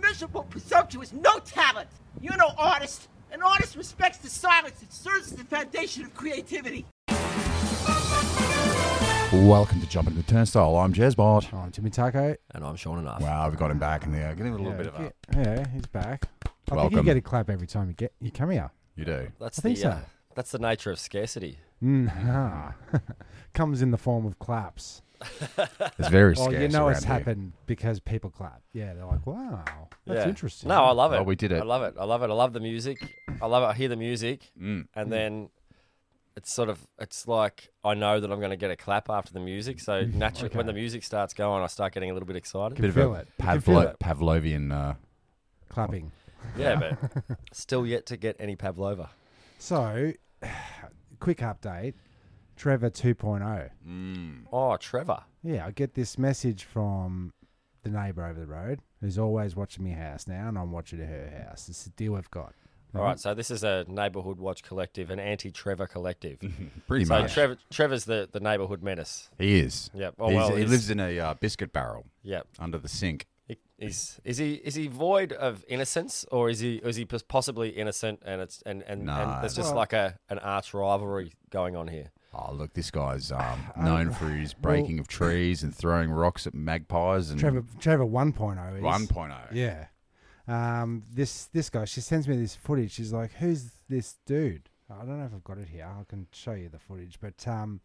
miserable, presumptuous, no talent. You're no artist. An artist respects the silence that serves as the foundation of creativity. Welcome to Jumping the Turnstile. I'm Jezbot. Oh, Jimmy Taco. And I'm Sean Enough. Wow, we've got him back in there. Give him a little bit of a. yeah, yeah, he's back. I think you Welcome. get a clap every time you get you come here. You do. That's I think the so. uh, that's the nature of scarcity. Mm. Mm-ha. Ah. Comes in the form of claps. It's very Well, scary. Oh, you know it's happened because people clap. Yeah, they're like, wow, that's Yeah. interesting. No, I love it. Well, we did it. I love it. I love it. I love the music. I love it. I hear the music, Mm. and then it's sort of it's like I know that I'm going to get a clap after the music. So Mm. naturally, when the music starts going, I start getting a little bit excited. Can Bit of feel a it. You can feel Pavlo- it. Pavlovian. Uh, clapping. Yeah, but still yet to get any pavlova. So, quick update. Trevor 2.0. Oh, Trevor. Yeah, I get this message from the neighbour over the road who's always watching my house now, and I'm watching her house. It's the deal we've got. Uh-huh. All right, so this is a neighbourhood watch collective, an anti-Trevor collective. pretty so much. Trevor, Trevor's the, the neighbourhood menace. he is. Yep. Oh, He's- well, he he's- lives in a uh, biscuit barrel Yep. under the sink. He- He's, is he is he void of innocence, or is he or is he pos- possibly innocent? And it's and and, Nah. and there's just Well- like a an arch rivalry going on here. Oh, look, this guy's um, known for his breaking of trees and throwing rocks at magpies and Trevor, Trevor 1.0 is. oh. 1.0. Yeah. Um, this this guy, she sends me this footage. She's like, "Who's this dude?" I don't know if I've got it here. I can show you the footage, but um,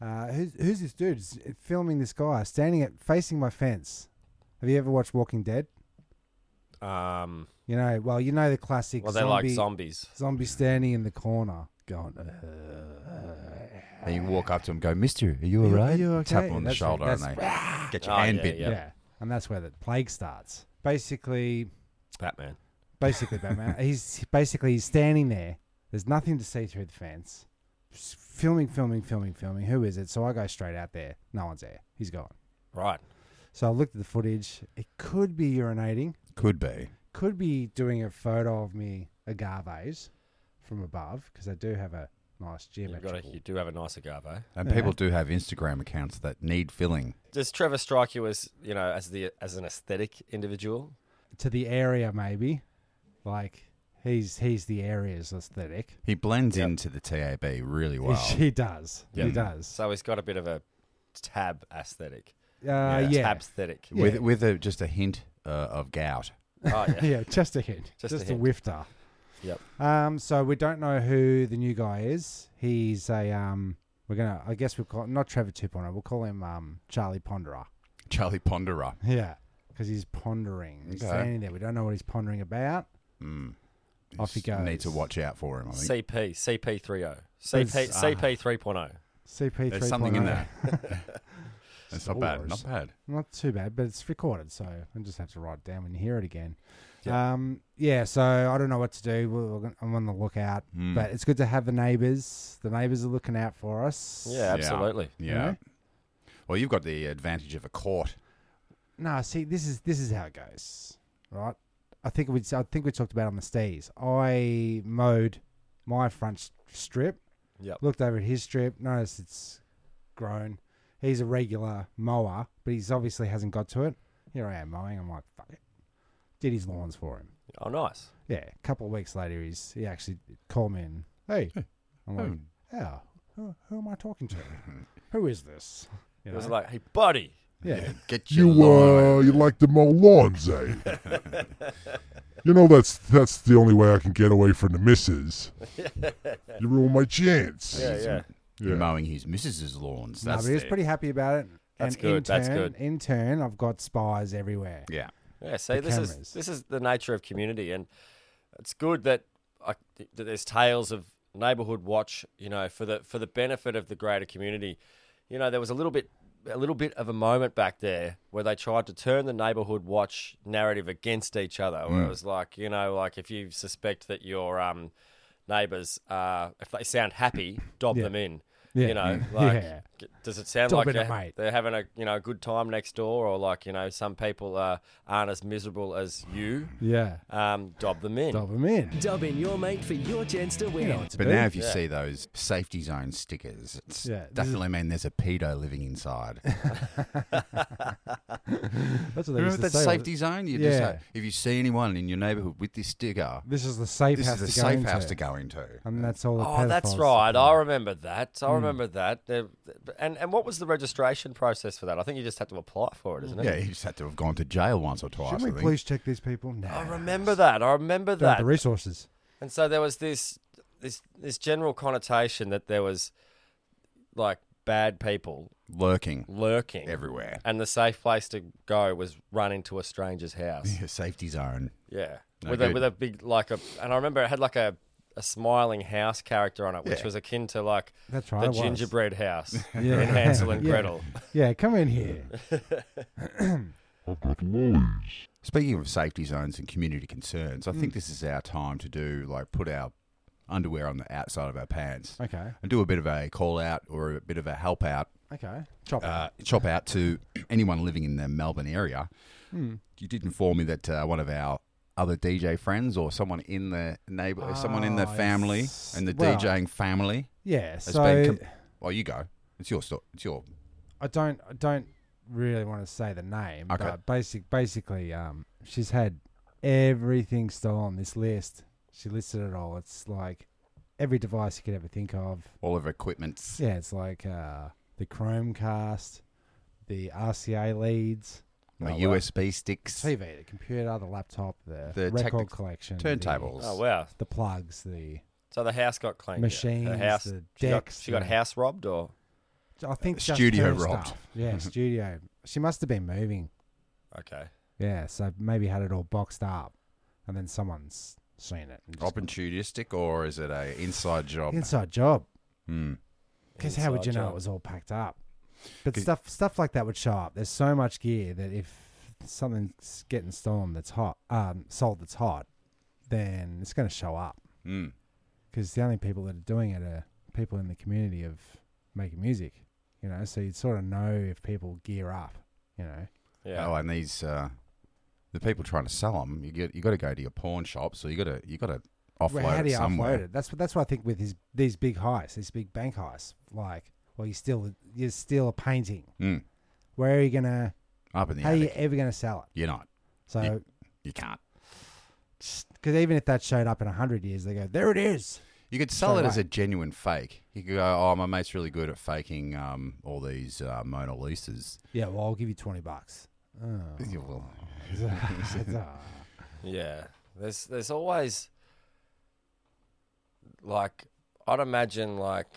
uh, who's who's this dude? It's filming this guy standing at facing my fence. Have you ever watched Walking Dead? Um, You know, well, you know the classic well, they're zombie, like zombies. zombie standing in the corner going. "Uh, And you walk up to him and go, Mister, are you all You- right? you Tap okay? him on the That's- shoulder and that's- they get your Oh, hand yeah, bitten. yeah. Yeah, and that's where the plague starts. Basically, Batman. basically Batman. he's basically he's standing there. There's nothing to see through the fence. S- Filming, filming, filming, filming. Who is it? So I go straight out there. No one's there. He's gone. Right. So I looked at the footage. It could be urinating. Could be. Could be doing a photo of me agaves from above because I do have a nice You've got a, geometrical. you do have a nice agave. And people do have Instagram accounts that need filling. Does Trevor strike you as you know as the as an aesthetic individual? to the area maybe, like he's he's the area's aesthetic. He blends into the TAB really well. He does. He Yep. does. So he's got a bit of a tab aesthetic. Uh, yeah. Tab aesthetic. With with a, just a hint uh, of gout. Oh yeah. yeah, just a hint. Just, Just a a, hint. whifter. Yep. Um, so we don't know who the new guy is. He's a um. We're gonna. I guess we'll call not Trevor 2.0. We'll call him um Charlie Ponderer. Charlie Ponderer. Yeah, because he's pondering. He's Okay. Hmm. standing there. We don't know what he's pondering about. Off he goes. Need to watch out for him, I think. CP CP three oh. O CP uh, CP three oh. CP3. There's something in there. It's not bad. Not bad. Not too bad, but it's recorded, so I just have to write it down when you hear it again. Um, yeah, so I don't know what to do. We're, we're gonna, I'm on the lookout, Hmm. but it's good to have the neighbours. The neighbours are looking out for us. Yeah, absolutely. Yeah. Well, you've got the advantage of a court. No, see, this is this is how it goes, right? I think we I think we talked about it on the stees. I mowed my front s- strip. Yep. Looked over at his strip. Noticed it's grown. He's a regular mower, but he's obviously hasn't got to it. Here I am mowing. I'm like, fuck it. Did his lawns for him. Oh, nice. Yeah. A couple of weeks later, he's he actually called me and hey, I'm like, oh, who, who am I talking to? who is this? You It was know? like, hey, buddy. yeah. Get your You uh, you like to mow lawns, eh? you know that's that's the only way I can get away from the missus. You ruined my chance. Yeah, yeah. You're Yeah. mowing his missus's lawns. No, That's but he was the- pretty happy about it. That's and In good, turn, that's good. In turn, I've got spies everywhere. Yeah. Yeah, see, this cameras. is this is the nature of community, and it's good that, I, that there's tales of neighbourhood watch. You know, for the for the benefit of the greater community. You know, there was a little bit a little bit of a moment back there where they tried to turn the neighbourhood watch narrative against each other. Mm. Where it was like, you know, like if you suspect that your um, neighbours are if they sound happy, dob them in. Yeah. You know, like, Yeah. g- does it sound Stop like it, they're, mate. they're having a you know a good time next door, or like you know some people uh, aren't as miserable as you? Yeah. Um, dob them in. Dob them in. Dubbing your mate for your chance to win. You know what to But do. now, if you Yeah. see those safety zone stickers, it's Yeah, this is- definitely mean there's a pedo living inside. That's what they Remember used to that say. safety zone? You just Yeah. ha- if you see anyone in your neighbourhood with this sticker, This is the safe this house is a to go safe into. house to go into. And that's all. The Oh, that's pedophiles Hmm. right. supply. I remember that. I remember that. They're- And and what was the registration process for that? I think you just had to apply for it, isn't it? Yeah, you just had to have gone to jail once or twice. Should we I think. please check these people? No. I remember that. I remember Don't have that. the resources. And so there was this this this general connotation that there was like bad people lurking lurking everywhere. and the safe place to go was run into a stranger's house. Yeah, safety zone. Yeah, No with a good. with a big like a and I remember it had like a a smiling house character on it, which Yeah. was akin to like That's right. the it was. gingerbread house Yeah. in Hansel and Yeah. Gretel. Yeah, come in here. I've got noise. Speaking of safety zones and community concerns, I Hmm. think this is our time to do like put our underwear on the outside of our pants Okay. and do a bit of a call out or a bit of a help out, Okay. Chop. uh, chop out to anyone living in the Melbourne area. Hmm. You did inform me that uh, one of our other DJ friends or someone in the neighbor, someone in the Ah, family yes. and the Well- DJing family yeah. has So been. Com- well, you go. It's your story. It's your. I don't. I don't really want to say the name. Okay. But basic. Basically, um, she's had everything stolen. This list. She listed it all. It's like every device you could ever think of. All of equipment's. Yeah, it's like uh, the Chromecast, the RCA leads, My Oh, wow. USB sticks, TV, the computer, the laptop, the, The record technic- collection, the- Mm. turntables. Oh wow! the, plugs, the So the house got cleaned. machines, The house. the she got, decks, she got the- house robbed, or I think Uh, just studio her robbed. stuff. Yeah, studio. She must have been moving. okay. Yeah, so maybe had it all boxed up, and then someone's seen it. and just- opportunistic or is it a inside job? Inside job. Hmm. Because how would you Inside know job. it was all packed up? But 'Cause- stuff stuff like that would show up. There's so much gear that if something's getting stolen that's hot, um, sold that's hot, then it's going to show up. Mm. Because the only people that are doing it are people in the community of making music, you know. So you'd sort of know if people gear up, you know. Yeah. Oh, and these uh, the people trying to sell them, you get you got to go to your pawn shop, so you got to you got to offload Well, how do it you somewhere. offload it? That's what that's what I think with his these big heists, these big bank heists. Like, well, you steal you steal a painting. Mm. Where are you gonna? Up in the how are you attic, ever gonna sell it? you, are not, So. You- you can't. because even if that showed up in 100 years, they go, there it is. You could sell Straight it as away. a genuine fake. You could go, oh, my mate's really good at faking um, all these uh, Mona Lisas. Yeah, well, I'll give you 20 bucks. Oh. You will- It's, uh, Yeah. There's there's always like I'd imagine like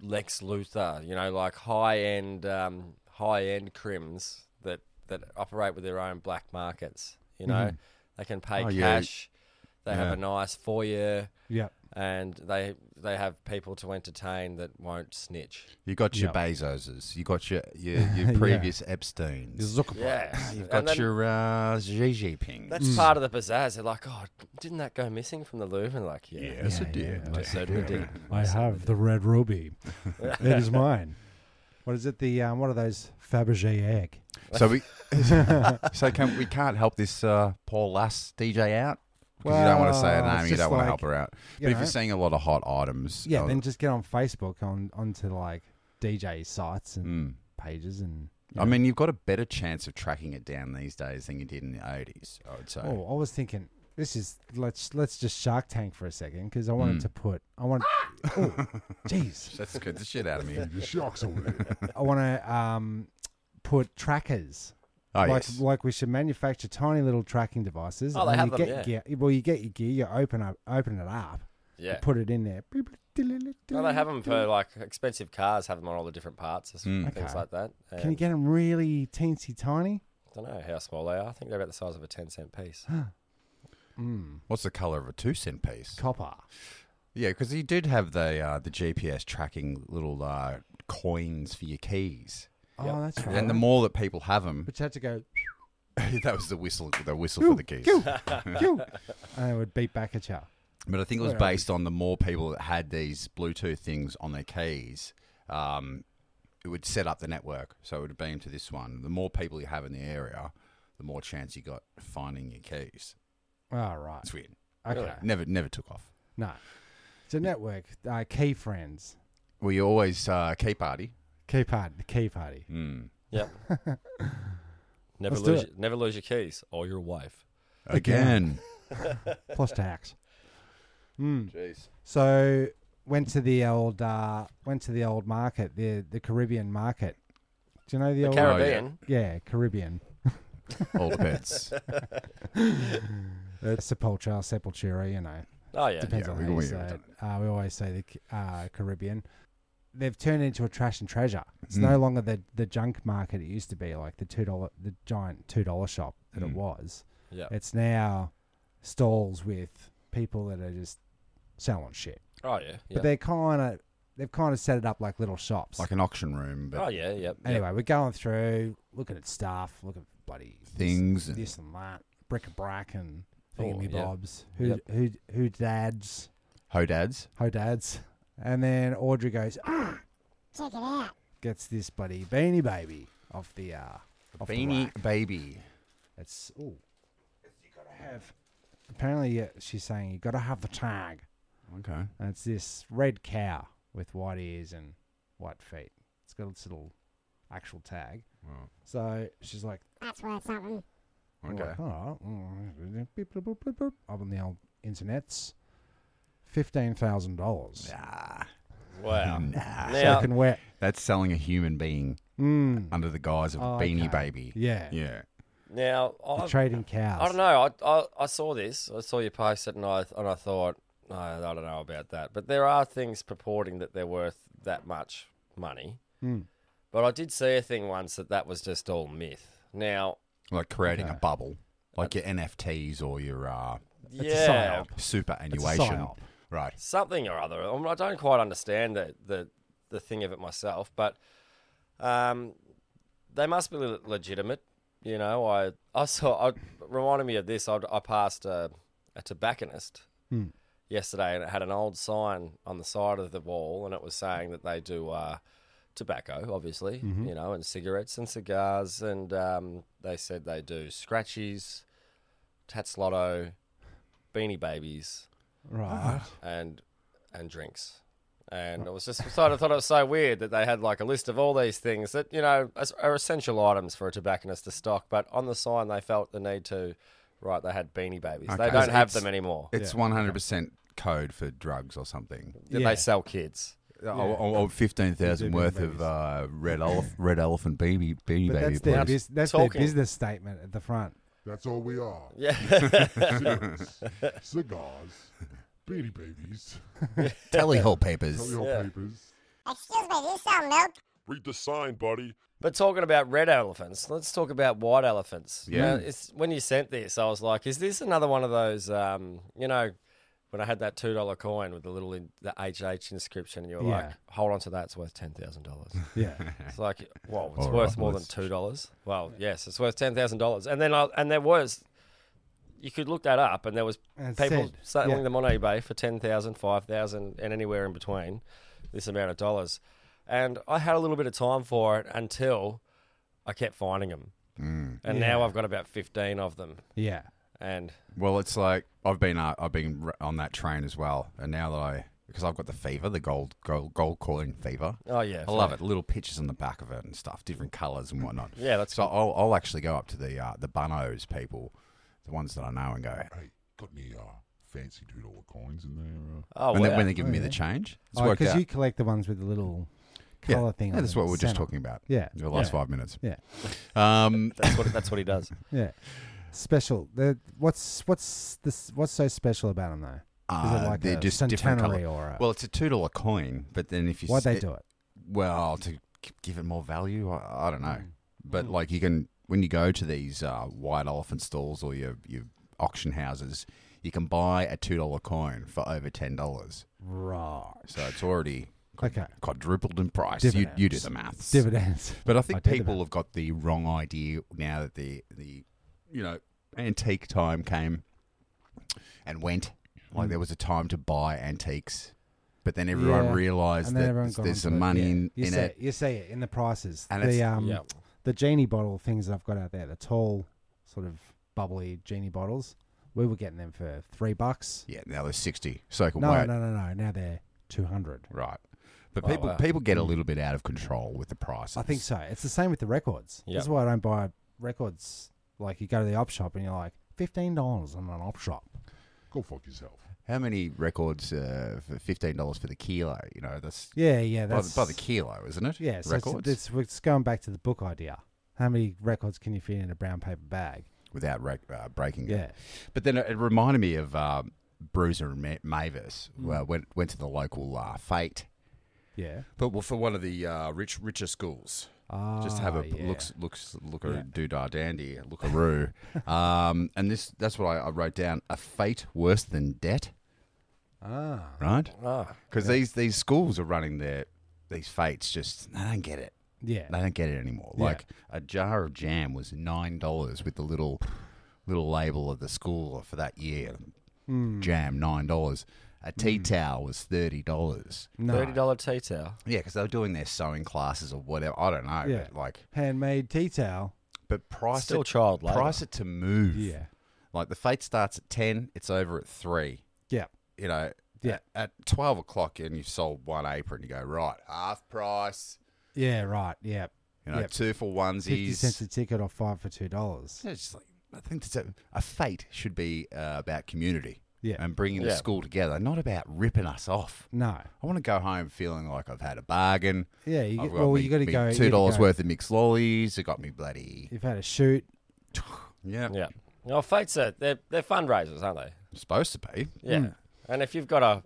Lex Luthor, you know, like high end um, high end crims that that operate with their own black markets. You know, they can pay Oh, yeah. cash. They have a nice foyer, yeah. and they they have people to entertain that won't snitch. You got your Yeah. Bezoses. You got your your, your previous Epsteins. Yeah, You've got your Mm. uh, Xi Jinping. That's Mm. part of the pizzazz. They're like, oh, didn't that go missing from the Louvre? And like, yeah, yes, it Yeah, did. yeah. I certainly did. I have the red ruby. it is mine. What is it? The um, What are those? Fabergé egg. So we, so can we can't help this uh, Paul Lass DJ out because you don't want to say her Well, name, it's you just don't want to help like, her out. you But if know. you're seeing a lot of hot items, Yeah, uh, then just get on Facebook on onto like DJ sites and mm. pages and. you I know. mean, you've got a better chance of tracking it down these days than you did in the '80s. I would say. Oh, I was thinking. This is let's let's just Shark Tank for a second because I Mm. wanted to put I want, oh, jeez, That's good. The shit out of me. Oh, The sharks over there. I want to um, put trackers. Oh like, yes. like we should manufacture tiny little tracking devices. Oh, they and have you them, get gear, well, you get your gear, you open up, open it up, Yeah. put it in there. No, they have them for like expensive cars. Have them on all the different parts, as- Mm. things Okay. like that. And Can you get them really teensy tiny? I don't know how small they are. I think they're about the size of a ten cent piece. What's the color of a two cent piece? Copper. Yeah, because you did have the uh, the GPS tracking little uh, coins for your keys, Oh, that's right. and the more that people have them, but you had to go, that was the whistle. The whistle for the keys. "Pew," and it would beat back at you. But I think it was Where are we? based on the more people that had these Bluetooth things on their keys, um, it would set up the network. So it would beam to this one. The more people you have in the area, the more chance you got of finding your keys. All right. It's weird. Okay. Never, never took off. No. It's a network. Uh, key friends. Well, you always uh, key party. Key party. The key party. Mm. Yep. never Let's do lose it. your, never lose your keys or your wife. Again. Plus tax. Hmm. Jeez. So went to the old uh, went to the old market, the the Caribbean market. Do you know the, The old Caribbean. oh, Yeah, Caribbean. All depends. Uh, Sepultura, Sepultura, you know. Oh yeah. Depends Yeah, on we how you always- say it. Uh, we always say the Ca- uh, Caribbean. They've turned it into a trash and treasure. It's no longer the, the junk market it used to be, like the two dollar the giant two dollar shop that it was. Yeah. It's now stalls with people that are just selling shit. Oh yeah. yeah. But they're kind of they've kind of set it up like little shops. like an auction room, but Oh yeah. Yep. Anyway, we're going through, looking at stuff, looking at bloody this- things. this, And, and that, bric a brac and Oh, thingy yeah. bobs, who who who dads, Hodads. ho dads, and then Audrey goes, ah, check it out, gets this bloody beanie baby off the uh, off the Beanie rack. Baby. It's oh, you gotta have. Apparently, yeah, she's saying you gotta have the tag, Okay. and it's this red cow with white ears and white feet. It's got its little actual tag. So she's like, I'm Okay. Like, All right. Beep, boop, boop, boop, boop. Up on the old internets. Fifteen thousand dollars. Nah. Wow. Nah. Now, Fucking wet. Um, That's selling a human being Mm. under the guise of a beanie Okay. baby. Yeah. Yeah. now The I've, trading cows. I don't know. I, I I saw this. I saw you post it, and I and I thought, no, I don't know about that. But there are things purporting that they're worth that much money. Mm. But I did see a thing once that that was just all myth. Now, Like creating a bubble, like your NFTs or your uh, yeah, superannuation. psyop. Right. something or other. I, mean, I don't quite understand the, the the thing of it myself, but um, they must be le- legitimate. You know, I I saw. I reminded me of this. I, I passed a, a tobacconist yesterday, and it had an old sign on the side of the wall, and it was saying that they do uh, tobacco, obviously, you know, and cigarettes and cigars, and um, they said they do scratchies, tats lotto, beanie babies, Right. and and drinks. And it was just sort of thought it was so weird that they had like a list of all these things that you know as- are essential items for a tobacconist to stock, but on the sign they felt the need to. Right, they had beanie babies. Okay. They don't So have it's- them anymore. It's one hundred percent code for drugs or something. that Yeah. They sell kids. Or, or- or fifteen thousand Beanie worth Babies. of uh, red elef- red elephant beanie beanie But baby. that's their, please. bus- that's their Talking. business statement at the front. That's all we are. Yeah. Cigarettes, cigars, beanie babies, Telehealth papers. your Yeah. papers. Excuse me, do you sell milk? Read the sign, buddy. but talking about red elephants, let's talk about white elephants. You Yeah. know, it's, when you sent this, I was like, is this another one of those, um, you know, when I had that $2 coin with the little in, the HH inscription, and you were like, Yeah. hold on to that, it's worth $10,000. Yeah. It's like, well, it's All worth right, more than let's- two dollars. Well, yes, it's worth ten thousand dollars. And then, I, and there was, you could look that up, and there was And it people said, selling yeah. them on eBay for ten thousand, five thousand, and anywhere in between, this amount of dollars. And I had a little bit of time for it until I kept finding them, Mm. and now I've got about fifteen of them. yeah. And Well, it's like I've been uh, I've been r- on that train as well, and now that I because I've got the fever, the gold gold gold coin fever. oh yeah, I love it. Little pictures on the back of it and stuff, different colours and whatnot. Yeah, that's so. I'll, I'll actually go up to the uh, the bunnos people, the ones that I know, and go. Hey, got any uh, fancy two dollar coins in there? Uh, Oh, when, wow. they, when they give me the change, it's worked Because out. Oh, you collect the ones with the little yeah, color thing. yeah, on that's the what we we're just center. talking about. Yeah. the last five minutes. Yeah. Um, that's what that's what he does. Yeah. Special. The, what's what's this? What's so special about them though? Is uh, it like they're a just different centenary colour. or a, Well, it's a two dollar coin, but then if you why'd they it- do it? Well, to g- give it more value, I, I don't know. Hmm. But like you can, when you go to these uh, white elephant stalls or your your auction houses, you can buy a two dollar coin for over ten dollars. Right. So it's already qu- Okay. quadrupled in price. Dividends. You you do the maths. Dividends. But I I think did the people math. have got the wrong idea now that the the you know antique time came and went, Like there was a time to buy antiques, but then everyone Hmm. Yeah. realised And then that everyone there's, got there's onto some it. money Yeah. in, you in see it. You see it in the prices. And it's- the um, Yeah. the genie bottle things that I've got out there, the tall, sort of bubbly genie bottles. We were getting them for three bucks. Yeah, now they're sixty. So can No, wait. no, no, no. Now they're two hundred. Right. But Oh, people wow. people get a little bit out of control with the prices. uh, hmm. I think so. It's the same with the records. Yeah. That's why I don't buy records. Like you go to the op shop and you're like fifteen dollars on an op shop. Go fuck yourself. How many records uh, for fifteen dollars for the kilo? You know, that's Yeah, yeah. by, That's the- by the kilo, isn't it? Yeah, so records it's, it's, it's going back to the book idea. How many records can you fit in a brown paper bag? without rec- uh, breaking. it. Yeah. But then it, it reminded me of um, Bruiser and Ma- Mavis. Hmm. Uh, went went to the local uh, fate, Yeah. but well, for one of the uh, rich richer schools. just to have Ah, a yeah. looks looks look a doodah dandy, look a roo. um, and this that's what I, I wrote down: a fate worse than debt. Ah. right? Ah. Because these these schools are running their these fates just they don't get it. Yeah. They don't get it anymore. Yeah. Like a jar of jam was nine dollars with the little little label of the school for that year. Hmm. Jam nine dollars. A tea towel was thirty dollars. No. Thirty dollar tea towel. Yeah, because they were doing their sewing classes or whatever. I don't know. Yeah. But like, Handmade tea towel. but price Still it, child labour. price it to move. Yeah. Like the fate starts at ten. It's over at three. Yeah. you know, Yeah. at, at 12 o'clock and you've sold one apron, you go, right, half price, Yeah, right. Yeah. you know, Yep. two for 50 onesies. cents a ticket or five for $2. It's just like, I think that's a, a fate should be uh, about community Yeah. and bringing the Yeah. school together, not about ripping us off. No. I want to go home feeling like I've had a bargain. Yeah. You I've get, well, Oh, me- you got to me go. you Two gotta dollars go. worth of mixed lollies. I got me bloody You've had a shoot. yeah. Yeah. Well, fates are they're, they're fundraisers, aren't they? Supposed to be Yeah. Hmm. And if you've got a,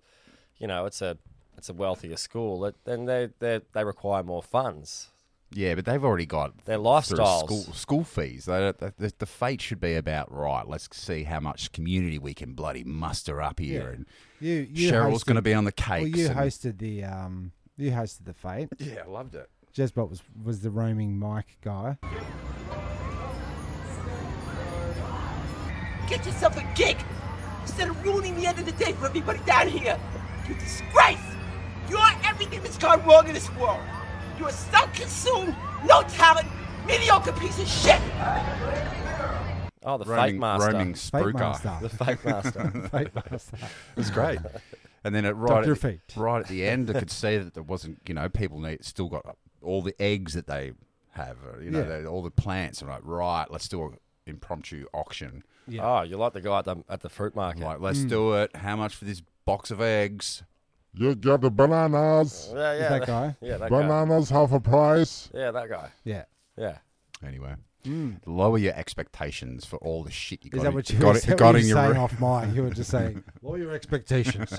you know, it's a it's a wealthier school, it, then they they they require more funds. yeah, but they've already got Their through lifestyles. school school fees. They don't, the- the, the fate should be about right. Let's see how much community we can bloody muster up here Yeah. and You, you Cheryl's hosted- going to be on the cakes. Well, you and- hosted the um, you hosted the fate. Yeah, I loved it. Jezbot was was the roaming mic guy. Get yourself a gig instead of ruining the end of the day for everybody down here. You disgrace! You're everything that's gone wrong in this world. You're self-consumed, no talent, mediocre piece of shit. Oh, the fate Roaming, master. roaming Fate sprue guy. The master. fate master. Fate master. It's great. And then it right Dr. at, the, Fate. right at the end, I could see that there wasn't. You know, people need still got all the eggs that they have. uh, You know, Yeah. they- all the plants. I'm like, right, let's do an impromptu auction. Oh, you're like the guy at the, at the fruit market. Like, let's Mm. do it. How much for this box of eggs? You got the bananas. yeah, yeah. that guy? Yeah, that guy. Bananas half a price. Yeah, that guy. Yeah. Yeah. Anyway, lower your expectations for all the shit you got. Mm. Is that what you got, is that got what in you your saying room. off mic? You were just saying, lower your expectations.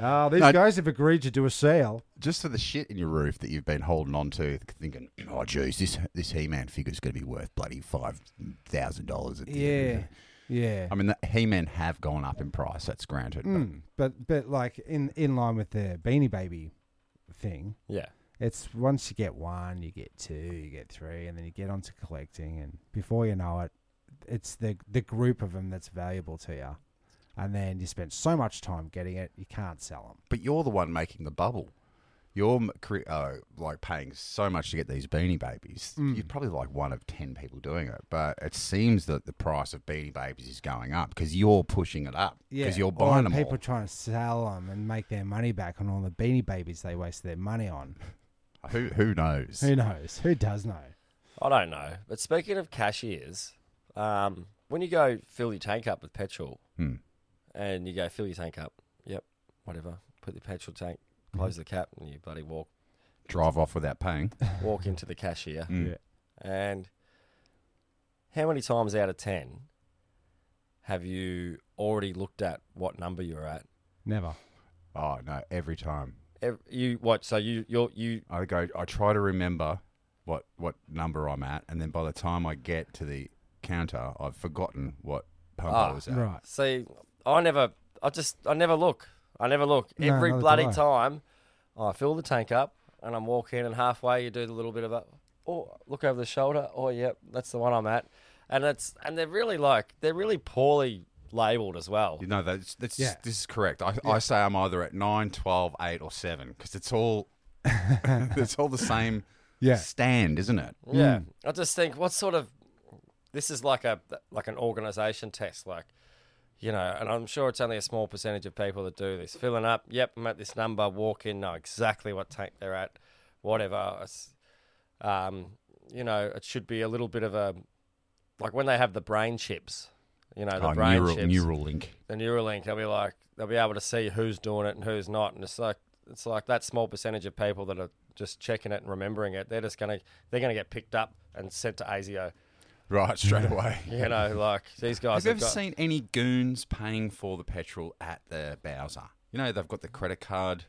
uh, these guys have agreed to do a sale. just for the shit in your roof that you've been holding on to, thinking, oh, geez, this this He-Man figure's going to be worth bloody five thousand dollars at the end. of Yeah, it." yeah. I mean, the He-Man have gone up in price. That's granted. Mm, but but like in in line with the Beanie Baby thing, Yeah. it's once you get one, you get two, you get three, and then you get onto collecting, and before you know it, it's the the group of them that's valuable to you, and then you spend so much time getting it, you can't sell them. But, but you're the one making the bubble. You're m- cre- uh, like paying so much to get these Beanie Babies. Mm. You're probably like one of ten people doing it. But it seems that the price of Beanie Babies is going up because you're pushing it up because you're or buying them people all. trying to sell them and make their money back on all the Beanie Babies they wasted their money on. who who knows? Who knows? Who does know? I don't know. But speaking of cashiers, um, when you go fill your tank up with petrol Hmm. and you go fill your tank up, yep, whatever, put the petrol tank, Hmm. close the cap, and you bloody walk Drive off without paying. walk into the cashier. Mm. Yeah. And how many times out of 10 have you already looked at what number you're at? Never. Oh no! Every time. Ev you what? So you you're, you I go. I try to remember what what number I'm at, and then by the time I get to the counter, I've forgotten what pump I Ah, was at. Right. see. I never. I just. I never look. I never look. No, Every neither do bloody I. time, I fill the tank up and I'm walking, and halfway you do the little bit of a oh look over the shoulder. Oh yep, that's the one I'm at. And it's and they're really like they're really poorly labeled as well. You know, that's, that's Yeah. this is correct. I, I say I'm either at 9, 12, 8, or 7 because it's all it's all the same Yeah. stand, isn't it? Yeah, I just think what sort of this is like a like an organisation test, like you know, and I'm sure it's only a small percentage of people that do this. Filling up, yep, I'm at this number. Walk in, know exactly what tank they're at, whatever. It's, um, you know, it should be a little bit of a like when they have the brain chips, you know, the oh, brain neural, chips neural link. the Neuralink, they'll be like, they'll be able to see who's doing it and who's not, and it's like it's like that small percentage of people that are just checking it and remembering it. They're just gonna they're gonna get picked up and sent to ASIO. Right, straight away. You know, like these Have guys. you ever got, seen any goons paying for the petrol at the Bowser? You know, they've got the credit card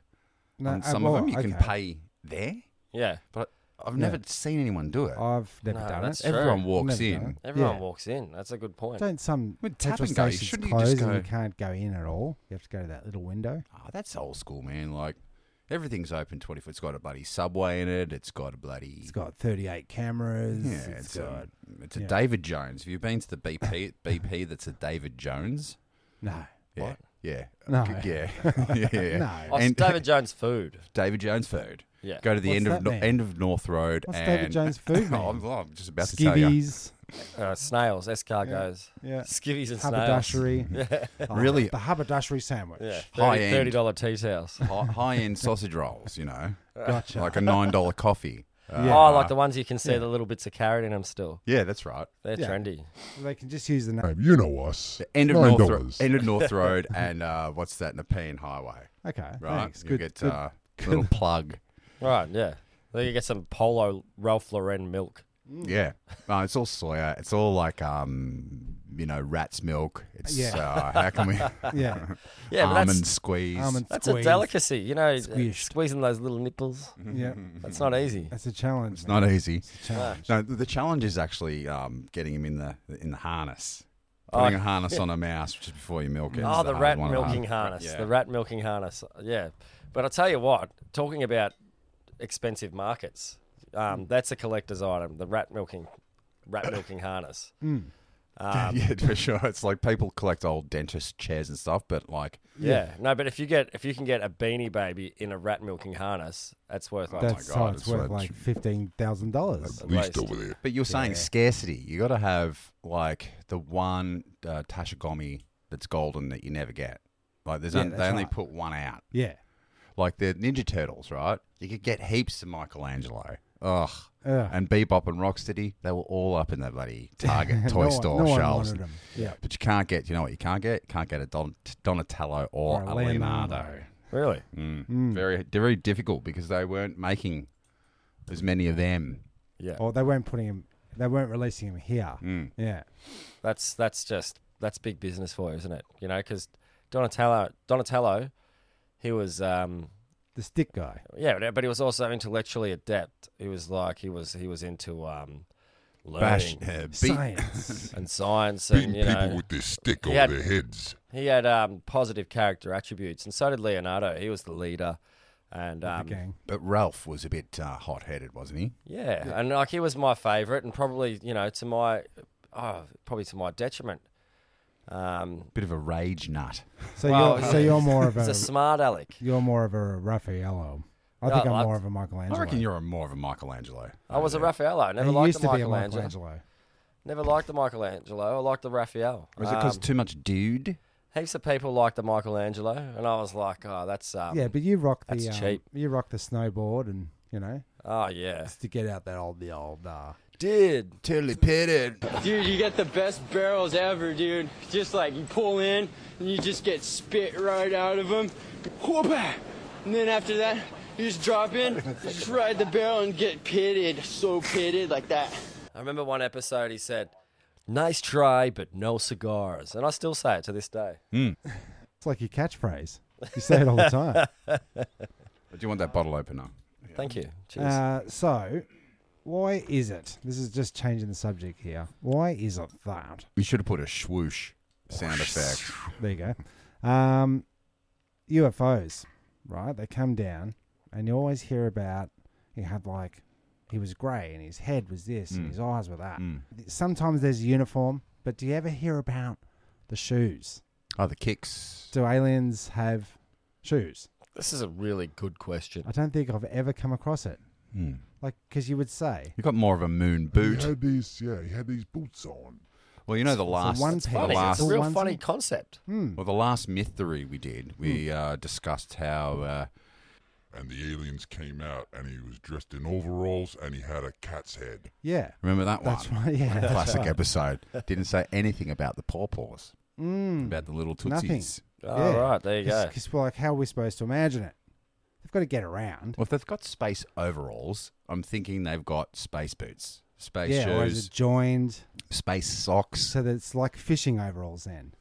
No, on uh, some well, of them. You can okay. pay there, Yeah, but I've never seen anyone do it. I've never No, done that's it. true. Everyone walks Never in. done everyone Yeah. walks in. That's a good point. Don't some With tap petrol and go, stations shouldn't you close just and you go- can't go in at all? You have to go to that little window. Oh, that's old school, man. Like everything's open twenty four. It's got a bloody subway in it. It's got a bloody. It's got 38 cameras. yeah, it's it's, um, got a, it's a yeah. David Jones. Have you been to the BP BP? That's a David Jones. no, Yeah, yeah, No. yeah, yeah. yeah. Oh, it's And David Jones food. David Jones food. Yeah. Go to the What's end that of no, mean? end of North Road. What's and, David Jones food oh, I'm, mean? I'm just about to tell you. skivvies, Uh, snails, escargots, Yeah. skivvies, and snails. haberdashery. Oh, Really? the haberdashery sandwich. Yeah, High $30, end. dollar tea towels. High end sausage rolls. You know, Gotcha. like a nine dollar coffee. Uh, Oh, like the ones you can see the little bits of carrot in them still. yeah, that's right. They're Yeah. trendy. they can just use the name. Hey, You know us. End of Nine North Ro- dollars. End of North Road and uh, what's that? Nepean Highway. Okay, right? thanks. You Good, get good. uh, little plug. Right. Yeah. Then you get some Polo Ralph Lauren milk. Yeah, no, it's all soya. It's all like um, you know, rat's milk. It's Yeah. uh, how can we yeah, Yeah, but that's- almond squeeze? almond That's a squeeze. delicacy, you know, uh, Squeezed. squeezing those little nipples. Mm-hmm. Yeah, That's not easy. that's a challenge. It's man. not easy. challenge. No, the challenge is actually um, getting him in the in the harness. Putting a harness on a mouse just before you milk it. Oh, is the hardest rat one of milking them. harness. Yeah. The rat milking harness. Yeah. But I tell you what, talking about expensive markets, Mm. um, that's a collector's item, the rat milking rat milking harness. Mm. Oh Um, yeah, for sure. It's like people collect old dentist chairs and stuff, but like, yeah. No, but if you get if you can get a beanie baby in a rat milking harness, that's worth like That's God, how it's it's worth a- like fifteen thousand dollars. At waste. least over there. but you're saying scarcity. You got to have like the one uh, tashigami that's golden that you never get. Like, there's Yeah, on- they that's only right. put one out. Yeah. Like the Ninja Turtles, right? You could get heaps of Michelangelo. Ugh. Ugh. And Bebop and Rocksteady, they were all up in the bloody Target toy No one- store no one shelves. wanted 'em. Yeah. But you can't get, you know what you can't get? You can't get a Don, Donatello or, Or a a Leonardo. Leonardo. really. Mm. Very, very difficult because they weren't making as many of them. Yeah. Oh. Or they weren't putting him. They weren't releasing him here. Mm. Yeah. That's that's just that's big business for you, isn't it? You know, because Donatello Donatello, he was um, The stick guy. yeah, but- but he was also intellectually adept. He was like he was he was into um, Bash, learning uh, beat, Science. and science, Beating and you people know with this stick he over had- their heads. he had um, positive character attributes, and so did Leonardo. He was the leader, and the um, gang. but Ralph was a bit uh, hot-headed, wasn't he? Yeah, and like he was my favorite, and probably you know to my oh, probably to my detriment. Um, Bit of a rage nut. So Well, you're so yeah. you're more of he's a, a smart aleck. you're more of a Raffaello. I think No, I'm I- more of a I Michelangelo. reckon you're a, more of a Michelangelo. I was a Raffaello. I Never He liked used the to be a Michelangelo. Michelangelo. Never liked the Michelangelo. I liked the Raphael. Or is it because Um, too much dude? heaps of people liked the Michelangelo, and I was like, oh, that's um, yeah, but you rock the that's um, cheap. you rock the snowboard and you know oh yeah, to get out that old the old uh, did Totally pitted. Dude, you get the best barrels ever, dude. Just like you pull in and you just get spit right out of them. Whoopah! And then after that, you just drop in, just ride the barrel and get pitted. So pitted like that. I remember one episode he said, "Nice try, but no cigars," and I still say it to this day. it's like your catchphrase. You say it all the time. Do you want that bottle opener? Thank you. Cheers. uh, so, why is it? This is just changing the subject here. Why is it that? We should have put a swoosh sound effect. There you go. Um, UFOs, right? They come down, and you always hear about he had like he was grey and his Mm. Hmm. head was this and his eyes were that. Sometimes there's a uniform, but do you ever hear about the shoes. Oh, the kicks. Do aliens have shoes? This is a really good question. I don't think I've ever come across it. Like, because you would say, Hmm. You got more of a moon He boot. had these, yeah, he had these boots on. Well, you know the last one the piece. Funny, last it's a real Onesie? funny concept. "Hmm, well the last mythery we did, we uh, discussed how uh, And the aliens came out, and he was dressed in overalls, and he had a cat's head. yeah, remember that that's one. right. Yeah, that's Classic right. episode. Didn't say anything about the pawpaws, Mm, about the little tootsies. Nothing. All Yeah. right, there you go. Because we're like, how are we supposed to imagine it? They've got to get around. Well, if they've got space overalls, I'm thinking they've got space boots, space yeah, or is shoes, it joined space socks. so that it's like fishing overalls then?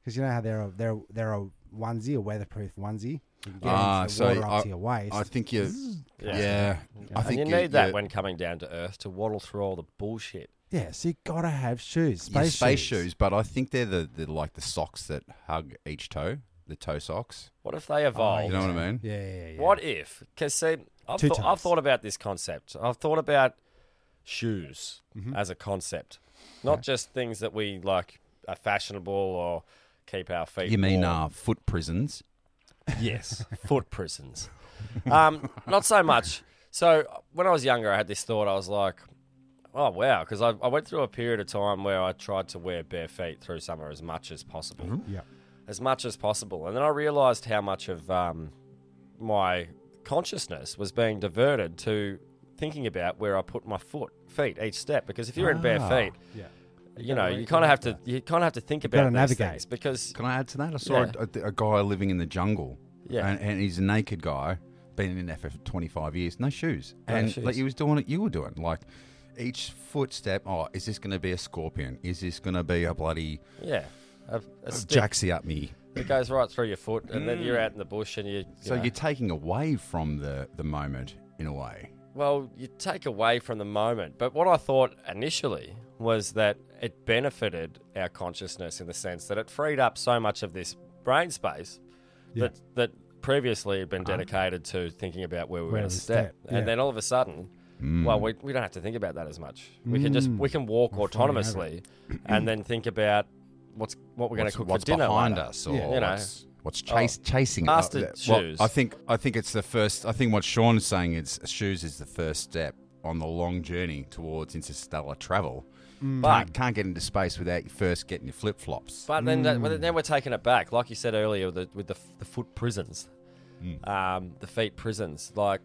Because you know how they're a, they're a- they're a onesie, a weatherproof onesie. You can get Ah, into the so water up I- to your waist. I think you. Yeah. Yeah. I And think you need that you- when coming down to Earth to waddle through all the bullshit. yeah, so you gotta have shoes, yeah, space, space shoes. but I think they're the, the like the socks that hug each toe, the toe socks. What if they evolved? Oh, You know what I mean? Yeah, yeah, yeah. What if? Because see, I've, Two thought I've types. thought about this concept. I've thought about shoes Mm-hmm. as a concept, not just things that we like are fashionable or keep our feet. You mean warm. uh, foot prisons? Yes, foot prisons. Um, not so much. So when I was younger, I had this thought. I was like, "Oh wow," because I, I went through a period of time where I tried to wear bare feet through summer as much as possible, Yeah. as much as possible, and then I realised how much of um, my consciousness was being diverted to thinking about where I put my foot feet each step. Because if you're in bare Ah. feet, Yeah. you know you kind of have to you kind of have to think gotta about these navigate. things because Can I add to that? I saw Yeah. a- a, a guy living in the jungle. Yeah. And, and he's a naked guy, been in there for 25 years, no shoes. No and shoes. like he was doing it, you were doing. Like each footstep, oh, is this going to be a scorpion? Is this going to be a bloody yeah, a, a stick jaxie up me? It goes right through your foot, and then you're out in the bush, and you. you Mm. So know. you're taking away from the, the moment in a way. well, you take away from the moment. But what I thought initially was that it benefited our consciousness in the sense that it freed up so much of this brain space that that previously had been Uh-huh. dedicated to thinking about where we were Where going to we step, step, yeah. and then all of a sudden. Mm. Well, we, we don't have to think about that as much. We can just we can walk flying over autonomously, and then think about what's what we're going what's, to cook what's for dinner behind later. us, or You know. Oh, what's, what's chase, chasing Bastard us. Well, shoes. I think I think it's the first. I think what Sean is saying is shoes is the first step on the long journey towards interstellar travel. Mm. Can't, can't get into space without you first getting your flip flops. But then, that, Hmm. well, then we're taking it back, like you said earlier, with the, with the, the foot prisons, Hmm. um, the feet prisons. Like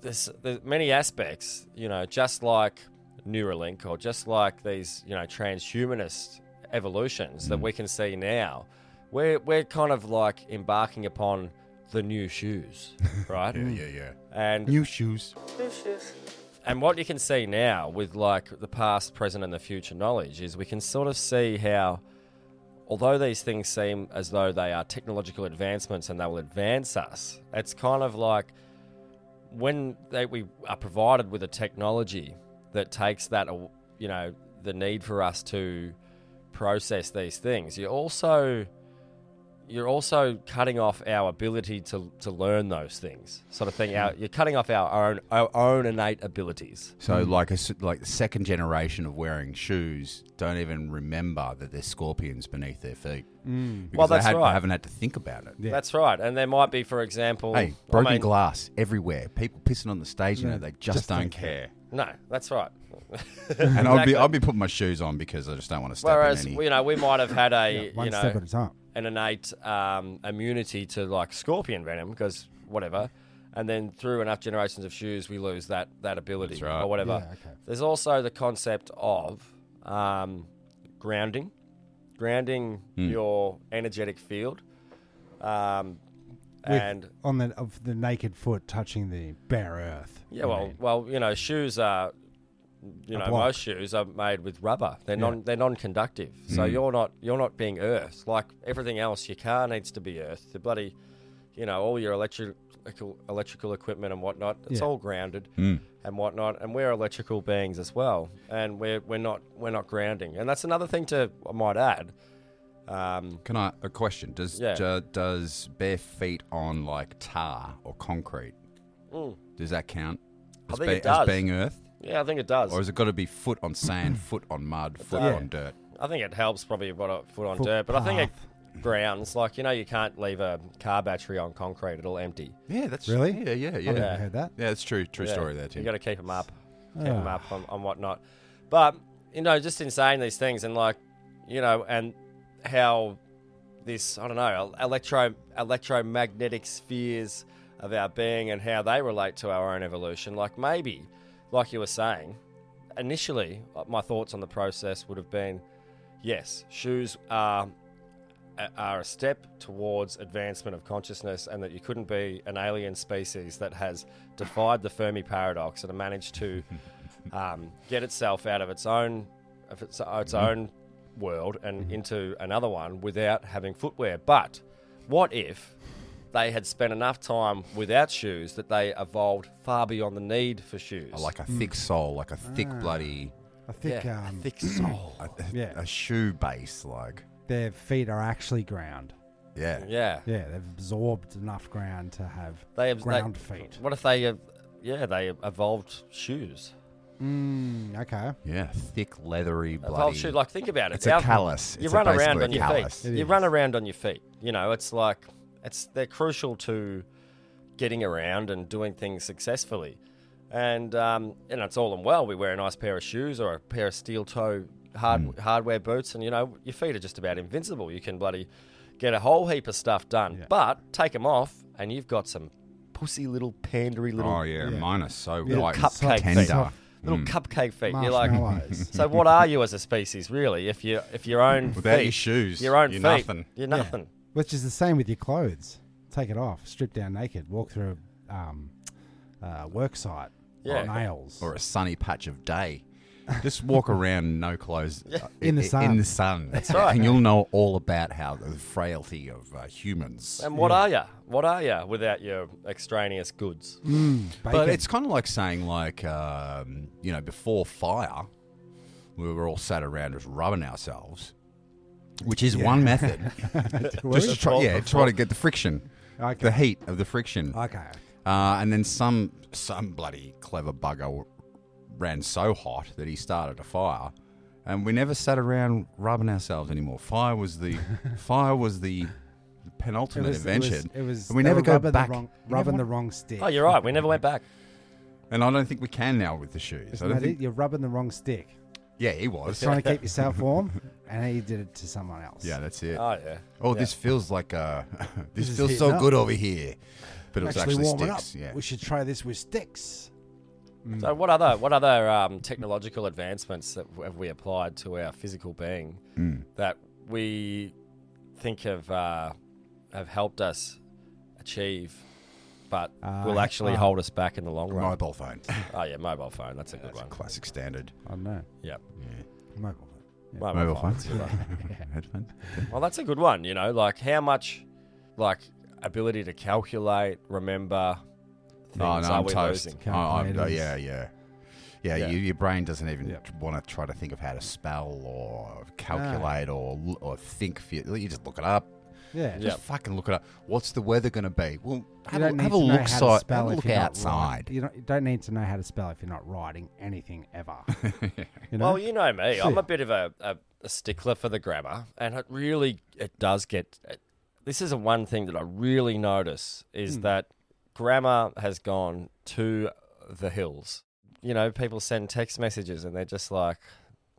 there's, there's many aspects, you know, just like Neuralink or just like these, you know, transhumanist evolutions Hmm. that we can see now. We're we're kind of like embarking upon the new shoes, right? Yeah, yeah. And New shoes. and what you can see now with like the past, present, and the future knowledge is we can sort of see how, although these things seem as though they are technological advancements and they will advance us, it's kind of like when they, we are provided with a technology that takes that, aw- you know, the need for us to process these things. You also you're also cutting off our ability to, to learn those things, sort of thing. Our, you're cutting off our own our own innate abilities. So like a s like the second generation of wearing shoes don't even remember that there's scorpions beneath their feet. Mm. Well, that's they had, right. haven't had to think about it. That's right. And there might be, for example, Hey, I broken mean- glass everywhere. People pissing on the stage. You know, they just, don't, care. No, that's right. And I'll be I'll be putting my shoes on because I just don't want to step Whereas in any. you know we might have had a One you know step at a time. an innate um, immunity to like scorpion venom because whatever, and then through enough generations of shoes, we lose that that ability right. or whatever. Yeah, okay. There's also the concept of um, grounding, grounding Hmm. your energetic field, um, With- and on the of the naked foot touching the bare earth. yeah, you well, mean. well, you know, shoes are, you A know, block. most shoes are made with rubber. They're non they're non-conductive, so Mm. you're not you're not being earth like everything else. Your car needs to be earth. The bloody, you know, all your electrical electrical equipment and whatnot. It's Yeah. Mm. all grounded and whatnot. And we're electrical beings as well, and we're we're not we're not grounding. And that's another thing to I might add. Um, Can I a question? Does Yeah. ju- does bare feet on like tar or concrete? Does that count? Mm. I as think be- it does. As being earth, yeah, I think it does. or has it got to be foot on sand, foot on mud, foot does. on dirt? I think it helps probably what I foot on dirt, but I think it grounds. Like you know, you can't leave a car battery on concrete; it'll empty. Yeah, that's Really? Yeah, yeah, I've yeah. never heard that. Yeah, that's true. True Yeah, story there, Tim. You got to keep them up, keep them up on, on whatnot. But you know, just in saying these things and like, you know, and how this I don't know electro electromagnetic spheres of our being and how they relate to our own evolution. Like maybe, like you were saying, initially uh, my thoughts on the process would have been, yes, shoes are a- are a step towards advancement of consciousness and that you couldn't be an alien species that has defied the Fermi paradox and managed to um, get itself out of its own of its, its own world and into another one without having footwear. But what if they had spent enough time without shoes that they evolved far beyond the need for shoes? like a thick sole, like a thick bloody, I think Yeah, a um, thick sole. a, Yeah. a shoe base, like their feet are actually ground. yeah. yeah. Yeah, they've absorbed enough ground to have They abs- they- ground feet. What if they, uh, yeah, they evolved shoes? Mm, okay. Yeah, thick leathery A bloody. Evolved shoe, like think about it. It's a callus. You It's a run around basically on a your callus. feet. It You run around on your feet. You know, it's like it's they're crucial to getting around and doing things successfully. And um, and it's all and well we wear a nice pair of shoes or a pair of steel toe hard Mm. hardware boots, and you know your feet are just about invincible. You can bloody get a whole heap of stuff done, but take them off and you've got some pussy little pandery little oh yeah, mine are so Little white, and cupcake tender. feet. little Mm. cupcake feet. You're like, Marshmallows. so what are you as a species, really? If you if your own Without feet, your shoes, your own you're feet, nothing. you're nothing. Which is the same with your clothes. Take it off, strip down naked, walk through a um, uh, work site Yeah. on nails. or a sunny patch of day. Just walk around no clothes uh, In the i- i- sun. In the sun. That's right. And you'll know all about how the frailty of uh, humans. And what are you? What are you without your extraneous goods? But it's kind of like saying, like, um, you know, before fire, we were all sat around just rubbing ourselves, which is one method. just to try, yeah, try to get the friction, Okay. the heat of the friction. okay. Uh, and then some some bloody clever bugger w- ran so hot that he started a fire, and we never sat around rubbing ourselves anymore. Fire was the fire was the penultimate invention. It was, it was and we they never were go rubbing back. The wrong, You know rubbing what? the wrong stick. Oh, you're right. We never went back. And I don't think we can now with the shoes. I Isn't don't that think. it? You're rubbing the wrong stick. Yeah, he was. Trying to keep yourself warm, and you did it to someone else. Yeah, that's it. Oh yeah. oh, this feels like uh, this, is feels heating so up. good over here, but it was actually, actually, warming sticks. up. Yeah. We should try this with sticks. So what other what other um, technological advancements that w- have we applied to our physical being Mm. that we think have uh, have helped us achieve, but will actually hold us back in Uh, the long run? Mobile phone, Oh yeah, mobile phone. That's a good one. classic standard. I don't know. Yep. Mobile. Mobile, Mobile phone. phones. Headphones. Well, that's a good one. You know, like how much, like ability to calculate, remember. Things Oh, No, no, are I'm we toast. losing? I- I'm- Calculators. yeah, yeah. Yeah, Yeah. You, your brain doesn't even Yep. want to try to think of how to spell or calculate or l- or think. For you. you just look it up. Yeah. Yeah. Just fucking look it up. What's the weather going to be? Well, You have, don't a, need have a to know look, how si- to spell have a if look you're not outside. write- You don't, you don't need to know how to spell if you're not writing anything ever. You know? Well, you know me. I'm a bit of a, a, a stickler for the grammar, and it really it does get. It, this is the one thing that I really notice Hmm. is that grammar has gone to the hills. You know, people send text messages and they're just like,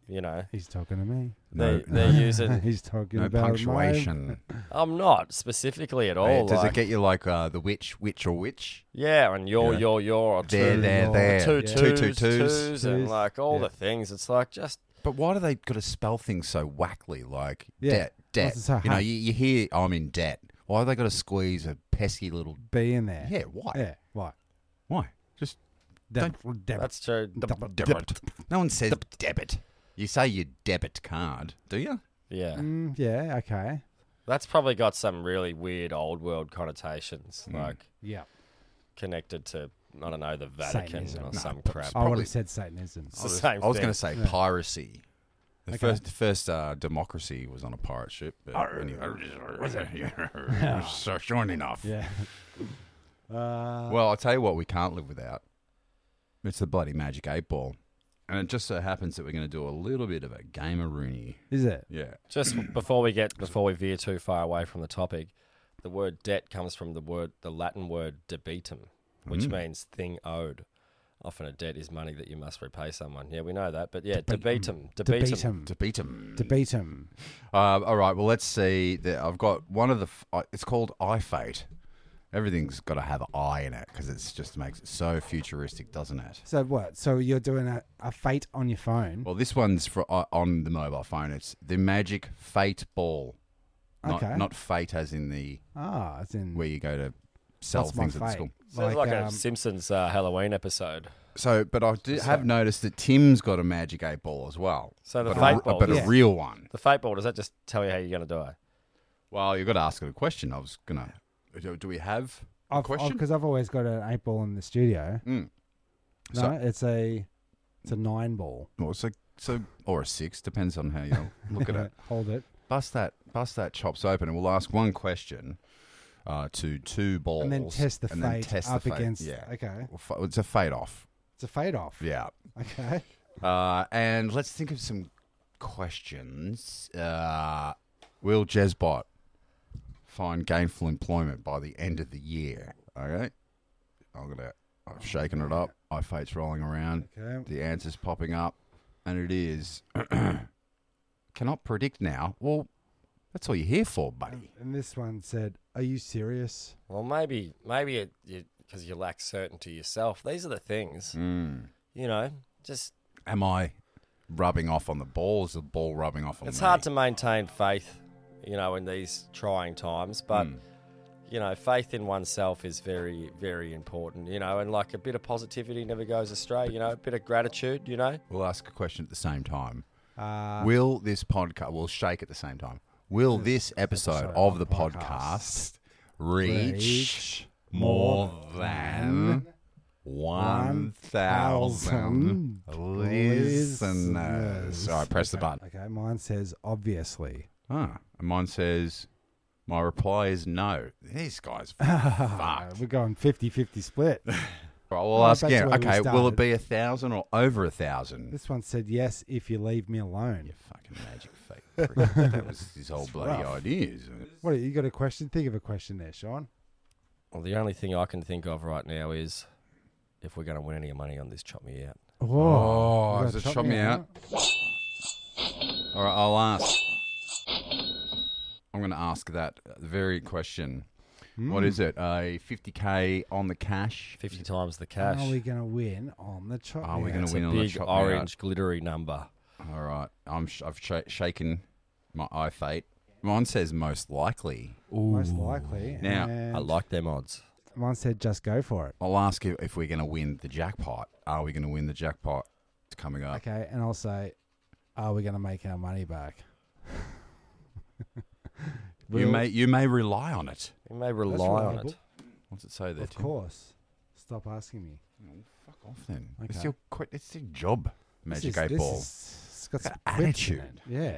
you know, He's talking to me. they, No, they're using. He's talking no about Oh, my- punctuation. I'm not specifically at all. Yeah, does like, it get you like uh, the witch, witch or witch? Yeah, and your, Yeah. your, your, or two, There, there, or there. two Yeah. twos, Two, two, twos, twos. and Twos. like all Yeah. the things. It's like just But why do they got to spell things so wackly? Like Yeah. debt, debt. What's it so you know, hard? you, you hear I'm in debt. Why have they got to squeeze a pesky little? Be in there. Yeah, why? Yeah. Why? Why? Just Deb- deb- that's true. double- debit. No one says debit. You say your debit card, do you? Yeah, Mm, yeah. Okay. that's probably got some really weird old world connotations, like Yeah. connected to I don't know the Vatican Satanism. or No, some but- crap. I would Probably- have said Satanism. It's the same. I was thing. going to say piracy. The Okay. first, the first uh, democracy was on a pirate ship. But anyway. so sure enough. Yeah. Uh, Uh-huh. Well, I'll tell you what we can't live without. It's the bloody magic eight ball. And it just so happens that we're going to do a little bit of a game of Rooney. Is it? Yeah. Just before we get before we veer too far away from the topic, the word debt comes from the word the Latin word debitum, which means thing owed. Often a debt is money that you must repay someone. Yeah, we know that, but yeah, debitum, debitum. Debate him. To beat him. Debate him. Uh, all right. Well, let's see. The, I've got one of the. f- I- It's called iFate. Everything's got to have I in it because it's just makes it so futuristic, doesn't it? So what? So you're doing a, a fate on your phone. Well, this one's for uh, on the mobile phone. It's the Magic Fate Ball. Not, Okay. not fate as in the Ah, it's in where you go to sell What's my things at the fate? school. Sounds like, a um, Simpsons uh, Halloween episode. So, but I did, have noticed that Tim's got a Magic Eight Ball as well. Oh, So the but fate a, r- ball. but Yeah. a real one. The fate ball does that just tell you how you're going to die? Well, you've got to ask it a question. I was gonna. Do, do we have a I've, question? because I've always got an eight ball in the studio. Mm. No, So- it's a it's a nine ball. Well, so so or a six depends on how you look at it. Hold it, Bust that bust that chops open, and we'll ask one question uh, to two balls, and then test the and then fate test the up fate. against. Yeah, Okay, Well, fa- it's a fade off. it's a fade off. Yeah, Okay. uh, and let's think of some questions. Uh, will Jezbot find gainful employment by the end of the year? Okay, I'm gonna. I've shaken it up. I fate's rolling around. Okay. The answer's popping up, and it is cannot predict now. Well, that's all you're here for, buddy. And this one said, "Are you serious?" Well, maybe maybe it because you, lack certainty yourself. These are the things, Mm. you know. Just Am I rubbing off on the ball? Is the ball rubbing off on it's me? hard to maintain faith, you know, in these trying times. But Mm. you know, faith in oneself is very very important, you know. And like a bit of positivity never goes astray, you know. A bit of gratitude, you know. We'll ask a question at the same time. Uh, will this podcast? We'll shake at the same time. Will this episode Hmm. episode of the of podcast, reach, Reach more than one thousand 1,000 listeners? listeners. All right, press the button. Okay, mine says obviously. Ah, and mine says, my reply is no. These guys, Uh, fucked. we're going 50-50 split. Right, Oh, we'll ask back to again. where we Okay, will started. it be a thousand or over a thousand? this one said yes if you leave me alone. You fucking magic fake. prick. that was his whole bloody rough. idea. isn't it? What you got a question? Think of a question there, Sean. Well, the only thing I can think of right now is if we're going to win any money on this, chop me out. Oh, you has it gotta shot me out? All right, I'll ask. I'm going to ask that very question. What Hmm. is it? A 50k on the cash? Fifty times the How cash. Are we going to win on the chop? Are we me going to out? It's win a on the big chop me out? orange glittery number. All right, I'm sh- I've sh- shaken my eye fate. Mine says most likely. Most likely. Now, I I and like them odds. Mine said just go for it. I'll ask you if we're going to win the jackpot. Are we going to win the jackpot? It's coming up. Okay, and I'll say, are we going to make our money back? You Will- may you may rely on it. You may rely on reliable. it. What's it say there? Of Tim? course. Stop asking me. Fuck off then. Okay. It's your quit. It's your job. This Magic is- eight this ball. is- it's got some attitude. attitude. Yeah.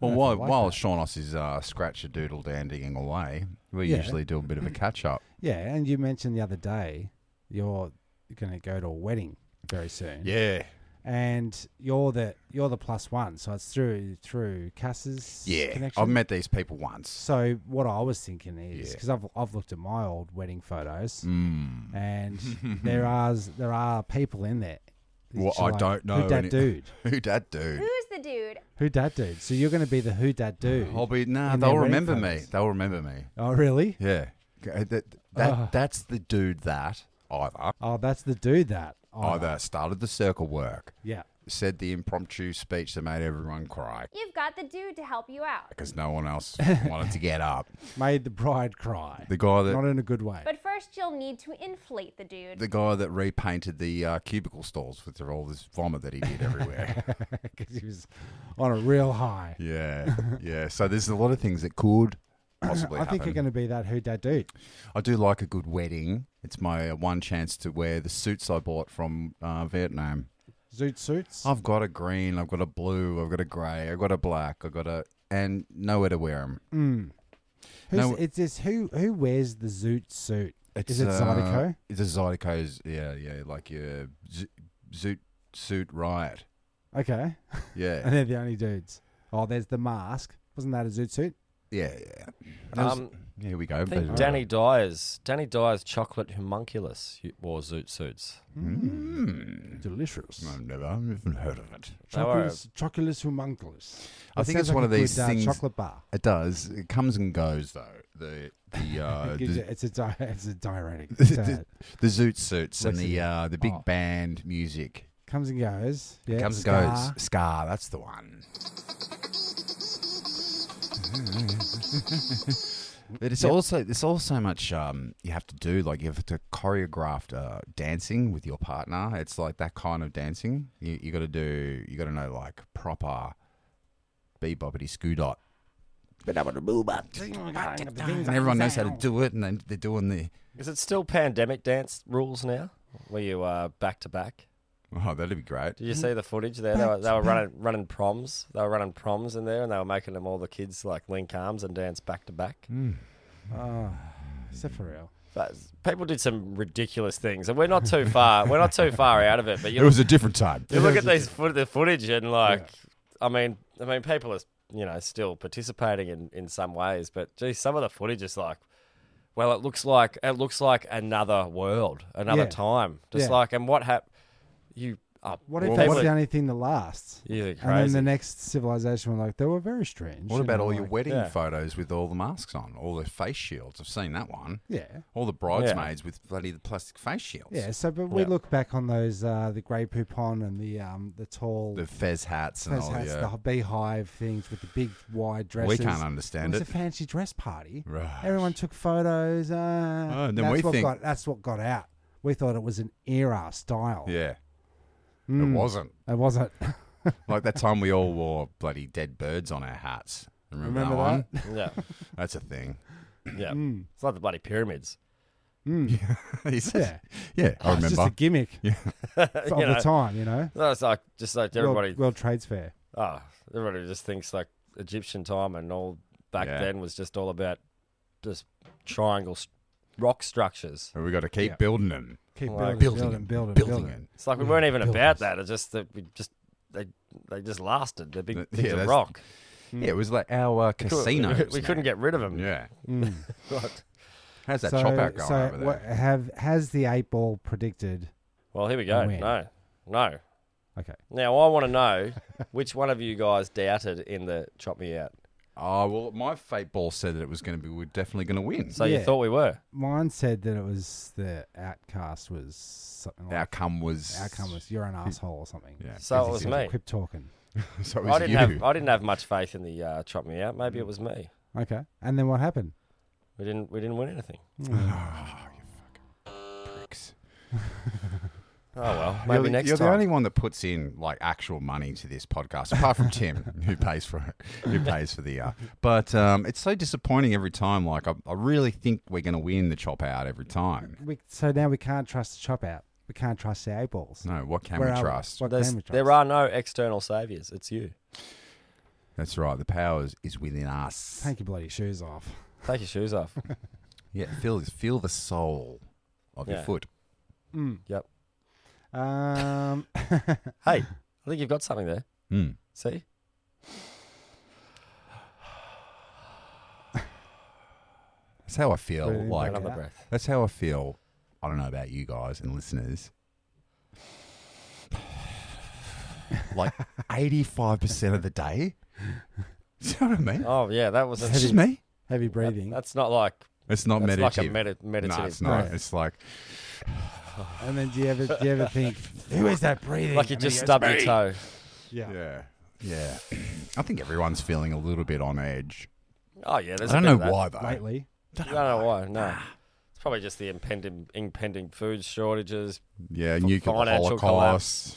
Well, I while, like while that. Seanos is uh, scratch a doodle dandying away, we Yeah. usually do a bit of a catch up. Yeah, and you mentioned the other day you're going to go to a wedding very soon. Yeah. And you're the you're the plus one, so it's through through Cass's Yeah. connection. I've met these people once. So what I was thinking is Yeah. Mm. because I've I've looked at my old wedding photos, and there are there are people in there. Well, She's I don't know who that any- dude. Who dat dude? Who's the dude? Who dat dude? So you're going to be the who dat dude? I'll be, nah, in their they'll wedding remember me. photos. They'll remember me. Oh, really? Yeah. Okay, uh, That, that, that's the dude that either, Oh, that's the dude that. Oh, either started the circle work, yeah. said the impromptu speech that made everyone cry You've got the dude to help you out. because no one else wanted to get up. Made the bride cry. The guy that Not in a good way. But first, you'll need to inflate the dude. the guy that repainted the uh, cubicle stalls with all this vomit that he did everywhere. Because he was on a real high. yeah, yeah. So there's a lot of things that could possibly I happen. think you're going to be that who dat dude. I do like a good wedding. It's my uh, one chance to wear the suits I bought from uh, Vietnam. Zoot suits. I've got a green, I've got a blue, I've got a grey, I've got a black, I've got a and nowhere to wear them. Hmm. Who's, no. it's this who who wears the zoot uh, suit? is it Zydeco? It's a Zydeco's. Yeah, yeah. Like your zo- zoot Suit Riot. Okay. And Yeah, they're the only dudes. Oh, there's the mask. Wasn't that a zoot suit? yeah, yeah. Um, Here we go. I think but- Danny Dyer's Danny Dyer's chocolate homunculus wore zoot suits. Hmm. Hmm. Mm. Delicious. I've never even heard of it. Chocolus, chocolus homunculus. I That think it's sounds one of like a these good, uh, things- chocolate bar. It does. It comes and goes though. The the uh, Gives the, you- it's a di- it's a diuretic. the, It's, uh, the, zoot suits and What's the it- uh, the big oh. band music. comes and goes. Yeah, comes scar. and goes. Scar, that's the one. But it's also there's also much um, you have to do like you have to choreograph uh, dancing with your partner. It's like that kind of dancing. You you got to do you got to know like proper beboppity scoo dot. And everyone knows how to do it, and then they're doing the Is it still pandemic dance rules now? Where you are back to back? oh that'd be great. Did you Mm. see the footage there? They were, they were running running proms. They were running proms in there, and they were making them all the kids like link arms and dance back to back. Mm. Oh, is that for real? But people did some ridiculous things, and we're not too far. we're not too far out of it. But you, It was a different time. you look at these foot, the footage, and like, I mean, I mean, people are you know still participating in in some ways, but geez, some of the footage is like. Well, it looks like it looks like another world, another Yeah. time. Just Yeah. like, and what hap- You are What if people that's are- the only thing that lasts? You're crazy. And then the next civilization were like, they were very strange. What you about know, all your like- wedding yeah. photos with all the masks on, all the face shields? I've seen that one. Yeah. All the bridesmaids with bloody the plastic face shields. Yeah, so but we Yeah. look back on those uh, the grey poupon and the um the tall The fez hats and those all hats, the. uh, the beehive things with the big wide dresses. we can't understand It it. was a fancy dress party. Right. Oh, Everyone took photos. Uh, and then that's we what think- got, that's what got out. We thought it was an era style. Mm, yeah. It wasn't. it wasn't. Like that time we all wore bloody dead birds on our hats. Remember, Remember that one? that? Yeah, That's a thing. yeah. Mm, It's like the bloody pyramids. He says- Yeah. yeah, I It's just a remember. gimmick You of know, the time, you know. That's like just like World- everybody. World, Trades Fair. oh, everybody just thinks like Egyptian time and all back Yeah. then was just all about just triangle st- rock structures. And we got to keep building them. Keep Well, building, Building building, them. building, building building. them. It's like we weren't even about that. It's just that we just they they just lasted. They're Yeah, big things of that's- rock. Mm. Yeah, it was like our uh, casino. We, couldn't get rid of them. Yeah. Right. How's that So, chop out going so over there? what- have has the eight ball predicted? Well, here we go. Where? No, no. Okay, Now I want to know which one of you guys doubted in the chop me out. Oh well, my fate ball said that it was going to be. We're definitely going to win. So you Yeah. thought we were. mine said that it was the outcast was something The like outcome was outcome was you're an asshole or something. Yeah. So it was me. Quip talking. So it was I didn't you. have I didn't have much faith in the uh, chop me out. Maybe it was me. Okay, and then what happened? We didn't we didn't win anything. Pricks. Oh well, You're maybe the- next You're time. the only one that puts in like actual money to this podcast, apart from Tim, who pays for it, who pays for the. Uh, but um, it's so disappointing every time. Like I, I really think we're going to win the chop out every time. We, so now we can't trust the chop out. We can't trust the eight balls. No, what can Where we are trust? What There's- can we trust? there are no external saviors. It's you. That's right. The powers is within us. Take your bloody shoes off. Take your shoes off. Yeah, feel feel the soul of your Yeah. foot. yep. Um, Hey, I think you've got something there. Hmm. See? That's how I feel. Breathe in, like breathe Another out. breath. That's how I feel. I don't know about you guys and listeners. Like 85% of the day. Do you know what I mean? Oh yeah, that was It's just me. heavy breathing, That's not like It's not that's meditative. like a medi- meditative. No, it's not. No. It's like, and then do you ever do you ever think who is that breathing? Like you And then just goes, stubbed your toe. Yeah. yeah, yeah. I think everyone's feeling a little bit on edge. Oh yeah, there's. I don't a bit know of why, that. though. lately. I don't know why. No, Ah. it's probably just the impending impending food shortages, Yeah, nuclear financial holocaust,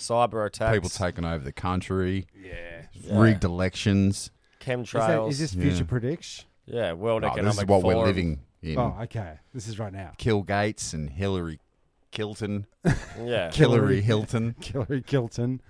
collapse, cyber attacks, people taking over the country, yeah, rigged elections. Is, that, chemtrails. is this Yeah. future prediction? yeah, world Oh, economic this is what forum. we're living in. Oh, okay. This is right now. Kill Gates and Hillary Kilton. Yeah, Hillary Hilton. Hillary Kilton.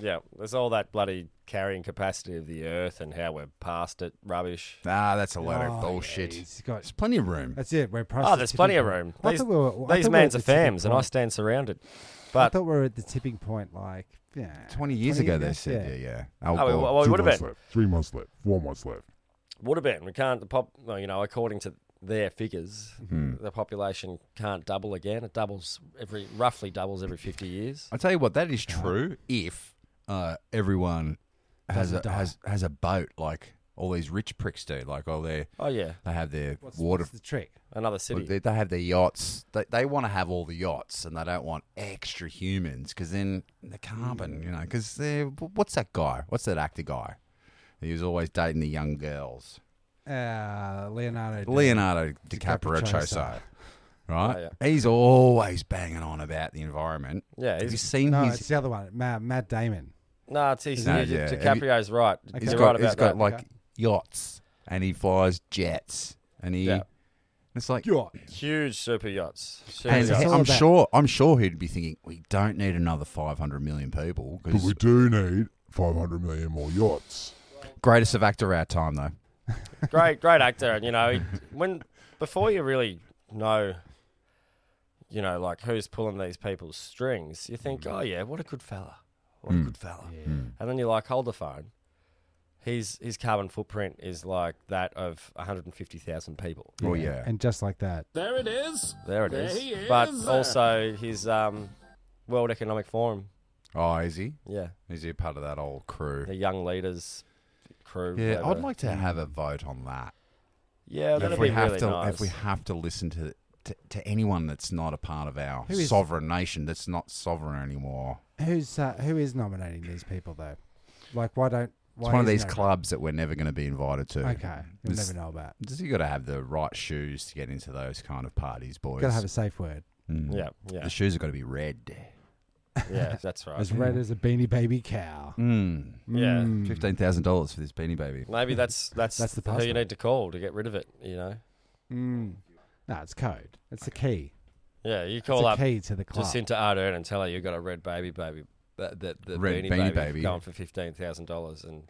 Yeah, there's all that bloody carrying capacity of the Earth and how we're past it. Rubbish. Ah, that's a load Oh, of bullshit. yeah, he's got- There's plenty of room. That's it. We're past Oh, the there's tipping plenty of point. room. I These, thought we were- I these thought we were mans at are the tipping fams, and I point. stand surrounded. I But thought we were at the tipping point, like yeah, 20 years 20 ago, they ago, said, yeah, yeah. Oh, well, Alcohol. well, it Two would have months been. left. Three months left. Four months left. Would have been. We can't. The pop. Well, you know, according to their figures, Hmm. the population can't double again. It doubles every roughly doubles every fifty years. I tell you what, that is true if uh, everyone has Doesn't a, die. has has a boat like all these rich pricks do. Like, oh, they Oh yeah, they have their What's, water. what's the trick? another city. They, they have their yachts. They, they want to have all the yachts, and they don't want extra humans because then the carbon, you know. Because what's that guy? What's that actor guy? He was always dating the young girls. Uh, Leonardo. Leonardo DiCaprio DiCaprio Choso. Choso, right? Oh, He's always banging on about the environment. Yeah, have you he's- seen No, his? it's the other one. Matt, Matt Damon. no, it's he's, No, he's- yeah. DiCaprio's right. He's You're got, right about he's got that. like Okay. yachts and he flies jets and he. Yeah. It's like, huge super yachts. Super and it's yachts. all I'm about- sure, I'm sure he'd be thinking, we don't need another 500 million people But because we do need 500 million more yachts. greatest of actor our time though. great, great actor, and you know, he, when before you really know, you know, like who's pulling these people's strings, you Mm. think, oh yeah, what a good fella, what a good fella, and then you're like, hold the phone. His his carbon footprint is like that of 150,000 people. Oh yeah, And just like that. There it is. There it is. he is. But also his um, World Economic Forum. oh is he? Yeah, Is he a part of that old crew? the young leaders crew. Yeah, I'd whatever. like to have a vote on that. Yeah, that'd if be we have really to, nice. if we have to listen to, to to anyone that's not a part of our Who is- sovereign nation, that's not sovereign anymore. Who's uh, who is nominating these people though? Like, why don't? Why It's one of is these no- clubs that we're never going to be invited to. Okay, you'll This- never know about. Just you got to have the right shoes to get into those kind of parties, boys. Gotta have a safe word. Mm. yeah, yeah, The shoes have got to be red. yeah, that's right. As red as a beanie baby cow. Mm. Yeah. Mm. Fifteen thousand dollars for this beanie baby. Maybe that's that's, That's the who you password. need to call to get rid of it. You know. Mm. No, it's code. It's the key. Yeah, you call It's a up key to the club. Jacinta Ardern and tell her you got a red baby baby that that the Red beanie, beanie baby, baby. going for fifteen thousand dollars and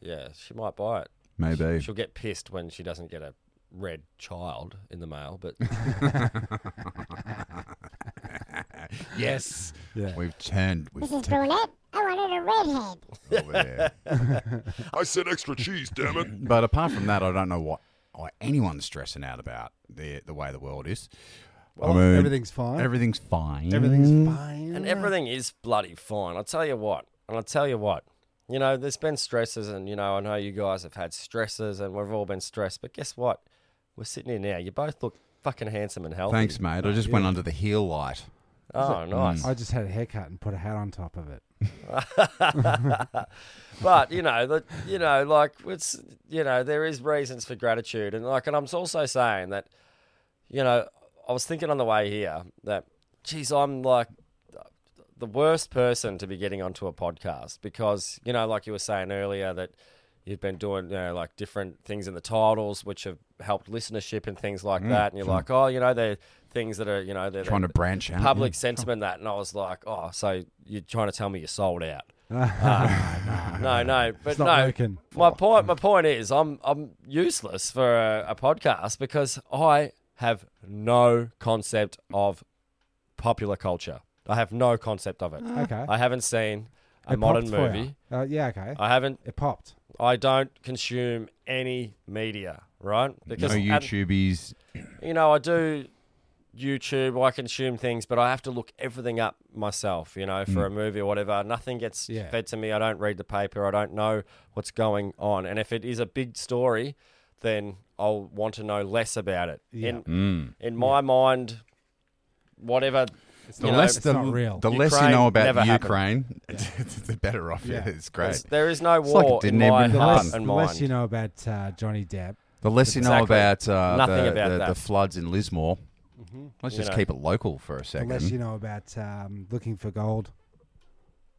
yeah, she might buy it. Maybe. She'll get pissed when she doesn't get a red child in the mail, but yes. Yeah. We've turned. We've Mrs. turned Brunette, I wanted a redhead. over there. I said extra cheese, damn it. But apart from that, I don't know what I, anyone's stressing out about the the way the world is. I mean, everything's fine. Mm. Everything's fine. Everything's fine. and everything is bloody fine. I'll tell you what, and I'll tell you what. You know, there's been stresses, and you know, I know you guys have had stresses, and we've all been stressed. But guess what? We're sitting here now. You both look fucking handsome and healthy. Thanks, mate. I just went under the heel light. Oh, nice. I just had a haircut and put a hat on top of it. but you know that you know like it's you know there is reasons for gratitude and like and i'm also saying that you know i was thinking on the way here that geez i'm like the worst person to be getting onto a podcast because you know like you were saying earlier that you've been doing you know like different things in the titles which have helped listenership and things like that and you're like oh you know they're things that are you know they're Mm, Trying to branch out. public yeah. sentiment that, and I was like, oh, so you're trying to tell me you're sold out? Uh, no, no, but not no. working. My point, my point is, I'm I'm useless for a, a podcast because I have no concept of popular culture. I have no concept of it. Okay. I haven't seen a It modern popped for ya. movie. Uh, yeah, okay. I haven't. it popped. I don't consume any media, right? No Because and- YouTubies. you know, I do YouTube, I consume things, but I have to look everything up myself, you know, Mm. for a movie or whatever. Nothing gets Yeah. fed to me. I don't read the paper. I don't know what's going on. And if it is a big story, then I'll want to know less about it. In in my mind, whatever It's you The know, less it's the, not real. the less you Ukraine know about never Ukraine, the better off. Yeah, Yeah. it's great. there is no It's like it war in didn't my even the heart less, happen. and the mind. less you know about uh, Johnny Depp. The less you know Exactly. about uh, Nothing the, about the, that. Mm-hmm. the floods in Lismore. Let's You just know. keep it local for a The second. less you know about um, looking for gold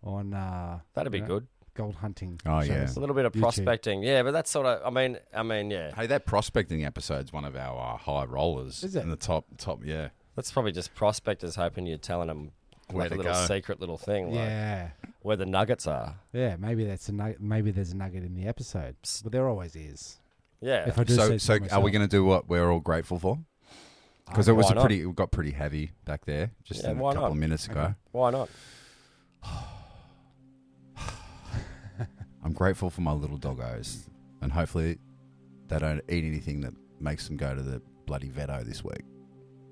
on uh, That'd be you know, good. gold hunting. oh So yeah. it's It's a little bit of YouTube. prospecting. Yeah, but that's sort of I mean I mean, yeah. Hey, that prospecting episode's one of our uh, high rollers. Is it? in the top? Top, yeah. That's probably just prospectors hoping you're telling them Where like a to little go. secret little thing, like Yeah, where the nuggets are. yeah. Maybe that's a nug- maybe there's a nugget in the episode, but there always is. Yeah. If I do So, say so are we to? going to do what we're all grateful for? Uh, Because Ah, it was Why a not? pretty, it got pretty heavy back there just Yeah, in a why couple not? of minutes ago. Why not? I'm grateful for my little doggos, and hopefully they don't eat anything that makes them go to the bloody veto this week.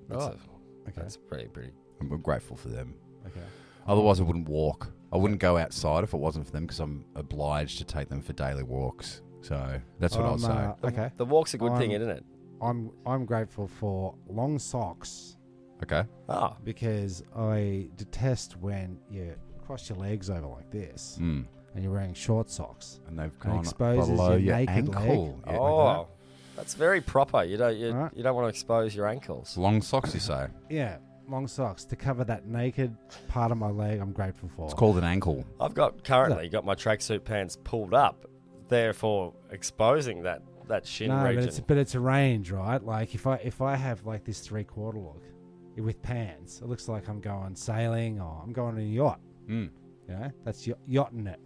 That's Right. a, Okay. That's pretty pretty. I'm I'm grateful for them. Okay. Otherwise, I wouldn't walk. I wouldn't go outside if it wasn't for them because I'm obliged to take them for daily walks. So that's what I'll I'm, say. uh, okay. Um, The walk's a good thing, I'm- isn't it? I'm I'm grateful for long socks Okay. Ah, because I detest when you cross your legs over like this Mm. and you're wearing short socks. And they've And gone exposes below your your, naked leg. ankle. Yeah, oh, like that. that's very proper. You don't you, Alright. you don't want to expose your ankles. long socks, you say? Yeah, long socks to cover that naked part of my leg. I'm grateful for. It's called an ankle. I've got currently got my tracksuit pants pulled up, therefore exposing that that shin no, region. but it's but it's a range, right? Like if I if I have like this three quarter look with pants, it looks like I'm going sailing or I'm going on a yacht. Mm. You know, that's y- yachting it.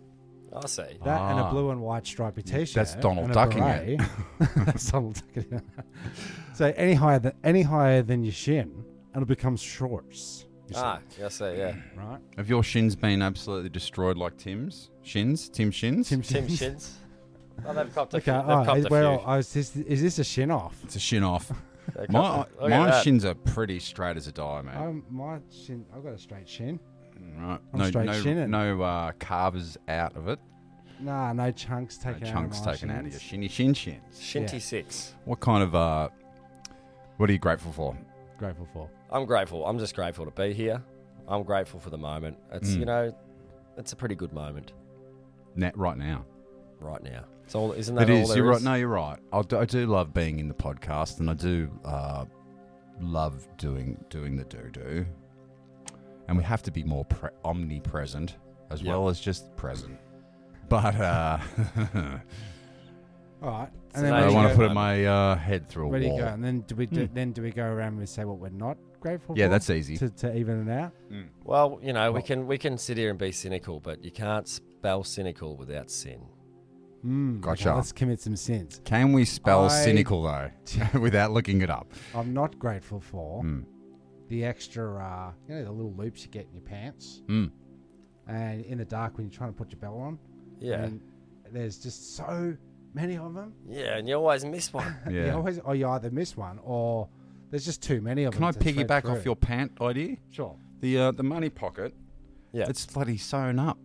I see. That and a Ah. blue and white stripy t-shirt. That's Donald and a ducking it. beret. That's Donald ducking it. so any higher than any higher than your shin, it'll become shorts, Ah, I see. Yeah, right? Have your shins been absolutely destroyed like Tim's? Shins? Tim's shins? Tim Tim Shins. shins. Oh, they've copped a Okay, few. They've oh, copped is, a well, few. I was just, is this a shin off? It's a shin off. They've my copped a- look at my that. shins are pretty straight as a die, mate. Um, my shin, I've got a straight shin. right. I'm no straight no, shinning. no uh, carvers out of it. Nah, no chunks No taken out. chunks of my taken out of your shins. shinny shin shins. Shinty yeah. six. What kind of uh, what are you grateful for? Grateful for. I'm grateful. I'm just grateful to be here. I'm grateful for the moment. It's Hmm. you know, it's a pretty good moment Net right now. right now. It's all isn't that It all is. there You're right. No, you're right. I do, I do love being in the podcast, and I do uh, love doing doing the doo doo. And we have to be more pre- omnipresent as Yeah. well as just present. But uh, All right, So now I you we want to go- go- put my uh, head through a Where do you wall. go? And then do we do, Hmm. then do we go around and say what we're not grateful Yeah, for? that's easy. To, to even it out. Well, you know, we can we can sit here and be cynical, but you can't spell cynical without sin. Mm, okay, Gotcha. let's commit some sins. Can we spell I- cynical though, without looking it up? I'm not grateful for Mm. the extra, uh, you know, the little loops you get in your pants, Mm. and in the dark when you're trying to put your bell on. Yeah, Hmm. And there's just so many of them. yeah, and you always miss one. Yeah. You always, or you either miss one, or there's just too many of Can I them. to thread piggyback off through. your pant idea? Sure. The uh, the money pocket. Yeah. It's bloody sewn up.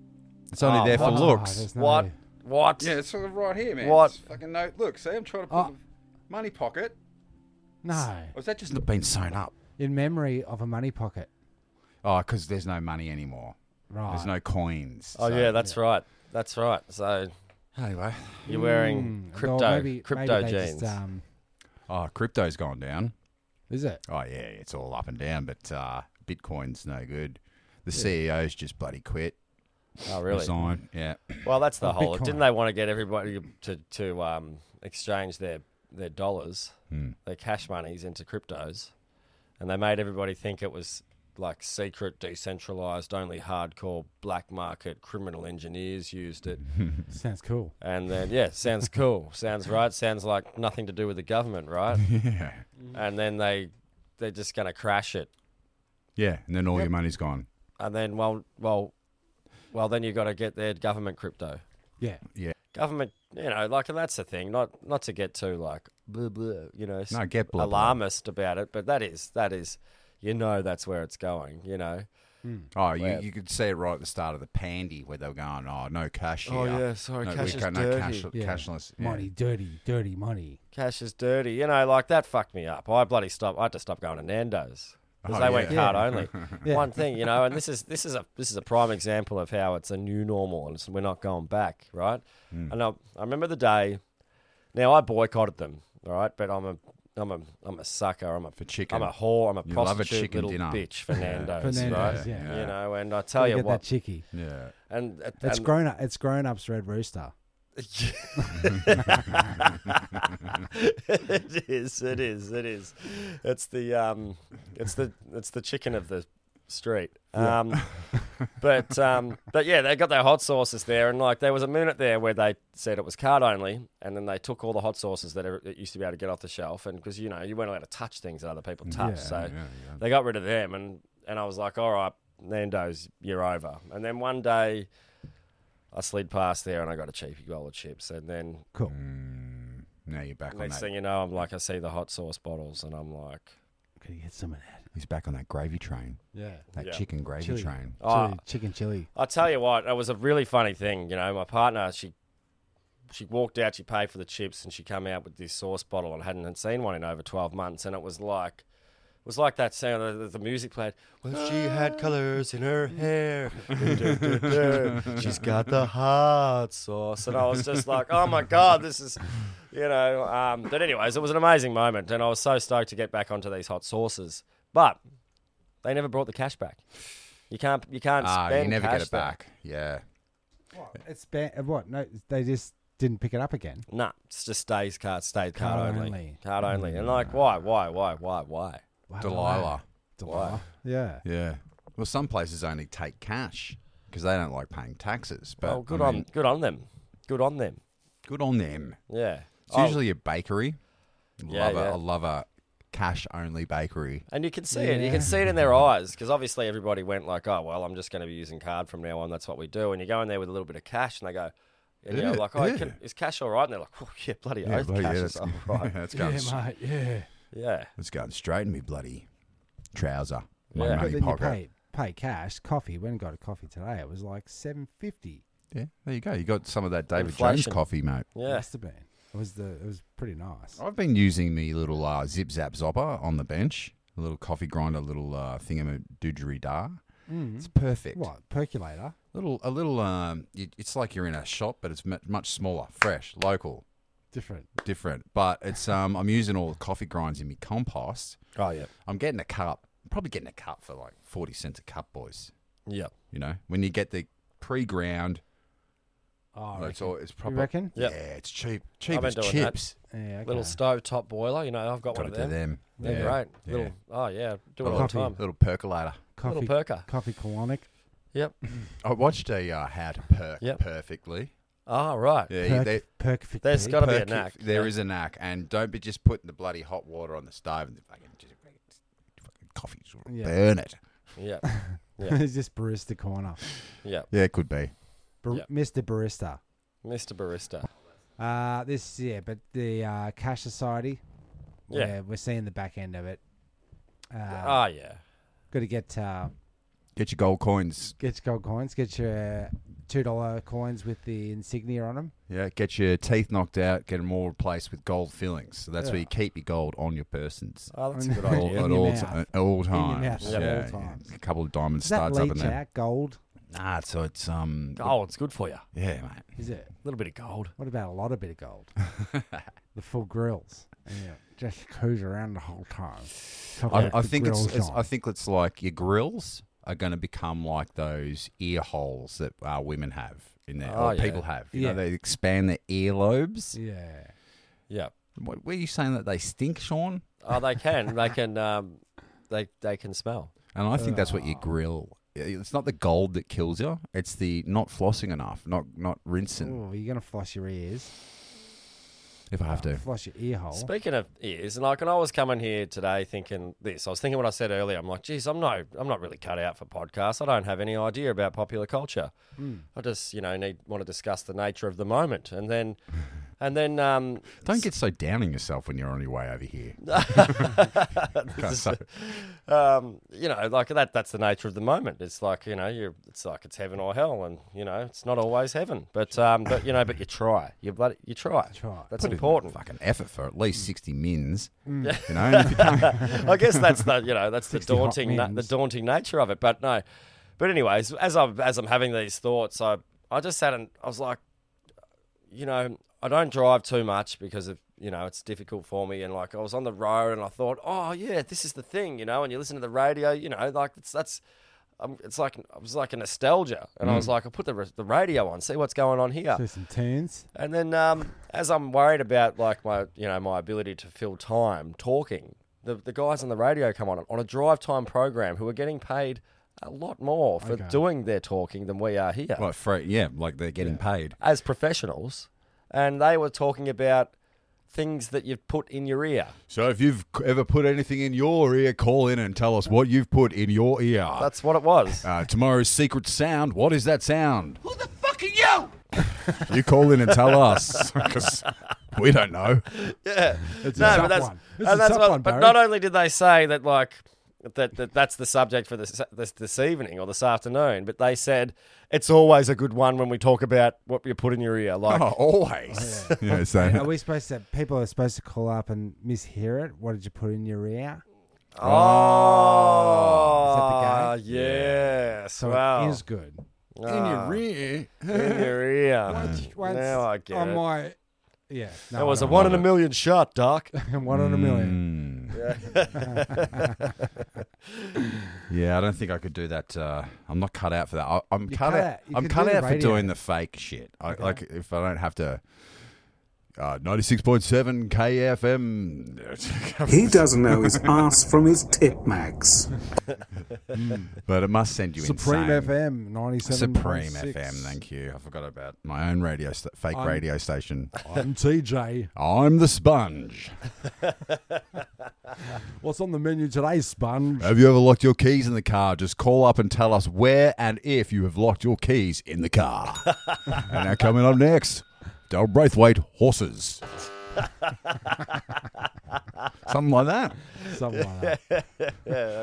It's only Oh, there for what? looks. there's no- what? What? Yeah, it's sort of right here, man. What? It's fucking no. Look, see, I'm trying to put Oh. the money pocket. No. Or is that just not been sewn up? In memory of a money pocket. Oh, because there's no money anymore. Right. There's no coins. Oh so- yeah, that's right. That's right. So Anyway. you're wearing Hmm. Mm, or crypto maybe- crypto maybe they jeans. just, uh, um, Oh, crypto's gone down. is it? Oh yeah, it's all up and down, but uh, Bitcoin's no good. The CEO's just bloody quit. oh really? Resign. Yeah. Well, that's Oh, Or the whole. Bitcoin. Didn't they want to get everybody to to um, exchange their their dollars, Hmm. their cash monies into cryptos, and they made everybody think it was like secret, decentralized, only hardcore black market criminal engineers used it. Sounds cool. And then yeah, sounds cool, sounds right, sounds like nothing to do with the government, right? Yeah. and then they they're just gonna crash it. Yeah, and then all your money's gone. And then well well well then you got to get their government crypto. Yeah. government, you know, like, and that's the thing. Not not to get too like, blah, blah, you know, s- No, get blah, blah. alarmist about it, but that is that is, you know, that's where it's going. You know. Oh, you, Well- you could see it right at the start of the pandy where they were going, oh, no cash here. Oh, yeah, sorry, no, cash we is got no dirty. cash, Yeah. cashless. Yeah. Money, dirty, dirty money. Cash is dirty, you know. Like that fucked me up. I bloody stopped. I had to stop going to Nando's because Oh, they went yeah. card only. One thing, you know, and this is this is a this is a prime example of how it's a new normal and it's, we're not going back, right? Hmm. And I, I remember the day. Now I boycotted them, all right, but I'm a I'm a I'm a sucker. I'm a For chicken. I'm a whore. I'm a You love a prostitute chicken little dinner. bitch, Fernando's, Fernando's, right? yeah. You know, and I tell you get that Oh, what, chicky. Yeah. and and- It's and- grown up. It's grown ups. Red Rooster. it is, it is, it is. It's the um, it's the it's the chicken of the street. Um, but um, but yeah, they got their hot sauces there, and like there was a minute there where they said it was card only, and then they took all the hot sauces that, ever- that used to be able to get off the shelf, and because you know you weren't allowed to touch things that other people touch, so they got rid of them, and and I was like, all right, Nando's, you're over. And then one day I slid past there and I got a cheapy bowl of chips. And then Cool. Hmm. Mm, Now you're back on next that. thing you know, I'm like, I see the hot sauce bottles and I'm like, Could you get some of that? He's back on that gravy train. Yeah. That Yeah. chicken gravy Chili. train. Ah. Chili, chicken chili. I tell you what, it was a really funny thing. You know, my partner, she she walked out, she paid for the chips, and she come out with this sauce bottle, and I hadn't seen one in over twelve months, and it was like. It was like that sound of the- the music played. Well, she had colors in her hair. Du-du-du-du. She's got the hot sauce, and I was just like, "Oh my god, this is," you know. Um, but anyways, it was an amazing moment, and I was so stoked to get back onto these hot sauces. But they never brought the cash back. You can't. You can't Ah, spend. you never cash get it there. back. Yeah. What? It's ban- uh, what? No, they just didn't pick it up again. Nah, it's just stays card, stayed card, Card only. only. Card only. And like, why, why, why, why, why? Wow. Delilah. Delilah. Yeah. Yeah. Well, some places only take cash because they don't like paying taxes. But well, Oh, good I on, mean, good on them, good on them. good on them. Yeah. It's Oh, usually a bakery. Yeah, love yeah. A, I love a cash only bakery. and you can see it. You can see it in their eyes because obviously everybody went like, "Oh well, I'm just going to be using card from now on. That's what we do." And you go in there with a little bit of cash, and they go, "And you're Yeah, like, oh, yeah. can, is cash all right?" And they're like, oh, "Yeah, bloody oath, bloody- cash that's, is all right." that's going, s- mate. Yeah. yeah, that's going straight in me bloody trouser. My Yeah. But money then you pocket. pay pay cash. Coffee. When I got a coffee today, it was like seven fifty. Yeah, there you go. You got some of that David Inflation. Jones coffee, mate. yeah. Must have been. It was the. It was pretty nice. I've been using me little uh, zip zap zopper on the bench, a little coffee grinder, little uh, thingamadoodery da. It's perfect. Mm-hmm. What percolator? Little, a little. Um, you, it's like you're in a shop, but it's mu- much smaller, fresh, local, Different. different. But it's um, I'm using all the coffee grinds in me compost. Oh yeah, I'm getting a cup, probably getting a cup for like forty cents a cup, boys. yeah, You know, when you get the pre-ground, Oh, it's all it's you proper. reckon? Yeah, Yep. it's cheap, cheap been as doing that. chips. Yeah. Okay. Little stove top boiler. You know, I've got, Got to one of do them. them. They're great. Yeah. Little, oh yeah, do it all the Little, time. little percolator. coffee. Little perker. Coffee colonic. Yep. I watched a uh, how to perk Yep. perfectly. Oh, right. Yeah, Perk, they- perk- There's got to be a perk- knack. There Yeah. is a knack, and don't be just putting the bloody hot water on the stove and the fucking, just, fucking coffee just Yeah. burn it. Yeah. Yeah. It's just barista corner. Yeah. Yeah, it could be. Bar- Yep. Mr. Barista. Mr. Barista. Uh, this yeah, but the uh, cash society. Yeah. we're, we're seeing the back end of it. Uh, Ah, yeah. got to get uh, Get your gold coins. get your gold coins. Get your uh, two dollar coins with the insignia on them. Yeah, get your teeth knocked out. Get them all replaced with gold fillings. So that's where Yeah. Uh, you keep your gold on your persons. Oh, that's a good At all, idea. at In your all, mouth. ti- at all In your times. mouth at all Yeah, times. yeah. A couple of diamonds Does that starts up in leech there. out gold? Nah, so it's um. Oh. Gold's good for you. A Yeah, mate. Is it? little bit of gold. What about a lot of bit of gold? the full grills. Yeah, just cruise around the whole time. Talk I, about I the think it's, grills it's I on. think it's like your grills are going to become like those ear holes that uh, women have in their Oh, or yeah. people have. You Yeah. know, they expand their earlobes. yeah. Yeah. What, were you saying that they stink, Sean? Oh, they can. they can. Um, they they can smell. And I think that's what your grill. It's not the gold that kills you. It's the not flossing enough, not not rinsing. Oh, you're gonna floss your ears. If I have to, Floss your ear hole. Speaking of ears, and like when I was coming here today, thinking this, I was thinking what I said earlier. I'm like, geez, I'm no, I'm not really cut out for podcasts. I don't have any idea about popular culture. I just, you know, need want to discuss the nature of the moment, and then, and then, um, don't get so down on yourself when you're on your way over here. so- um, you know, like that. That's the nature of the moment. It's like you know, you. It's like it's heaven or hell, and you know, it's not always heaven. But um, but you know, but you try. You bloody, you try. Try. That's Put in important. fucking effort for at least sixty mins. You know, and if you don't- I guess that's the you know that's the 60 hot daunting na- the wins. daunting nature of it. But no, but anyways, as I'm as I'm having these thoughts, I I just sat and I was like, you know, I don't drive too much because of you know it's difficult for me. And like I was on the road and I thought, oh yeah, this is the thing, you know. And you listen to the radio, you know, like it's that's. Um, it's like it was like a nostalgia, and Mm. I was like, I put the, r- the radio on, see what's going on here. Do some tunes. And then, um, as I'm worried about like my, you know, my ability to fill time talking, the, the guys on the radio come on on a drive time program who are getting paid a lot more for doing their talking than we are here Like free, yeah, like they're getting paid. as professionals, and they were talking about things that you've put in your ear. So if you've c- ever put anything in your ear, call in and tell us what you've put in your ear. That's what it was. Uh, tomorrow's secret sound. What is that sound? Who the fuck are you? You call in and tell us because we don't know. Yeah. It's a no, tough but that's, one. It's and a that's tough what, one, But Barry. not only did they say that, like, that, that that's the subject for this, this this evening or this afternoon, but they said it's always a good one when we talk about what you put in your ear. Like, Oh, always. yeah. Are so we supposed to? People are supposed to call up and mishear it. What did you put in your ear? oh, Is that the yes. So wow. it is good. Ah, rear. in your ear. Mm. Once now I get on it. my yeah, no, Mm, that was I a don't one in a million shot, Doc. know. one on a million. Hmm. yeah, I don't think I could do that. Uh, I'm not cut out for that. I, I'm You're cut, cut out. out. You I'm could cut do the out for radio. doing the fake shit. I, Like if I don't have to. Uh, 96.7 KFM. He doesn't know his ass from his tit mags. but it must send you Supreme insane. FM ninety-seven. Supreme FM, thank you. I forgot about my own radio, st- fake I'm- radio station. I'm TJ. I'm the sponge. What's on the menu today, Sponge? Have you ever locked your keys in the car? Just call up and tell us where and if you have locked your keys in the car. and now coming up next, Del Braithwaite horses. Something like that. Something like that.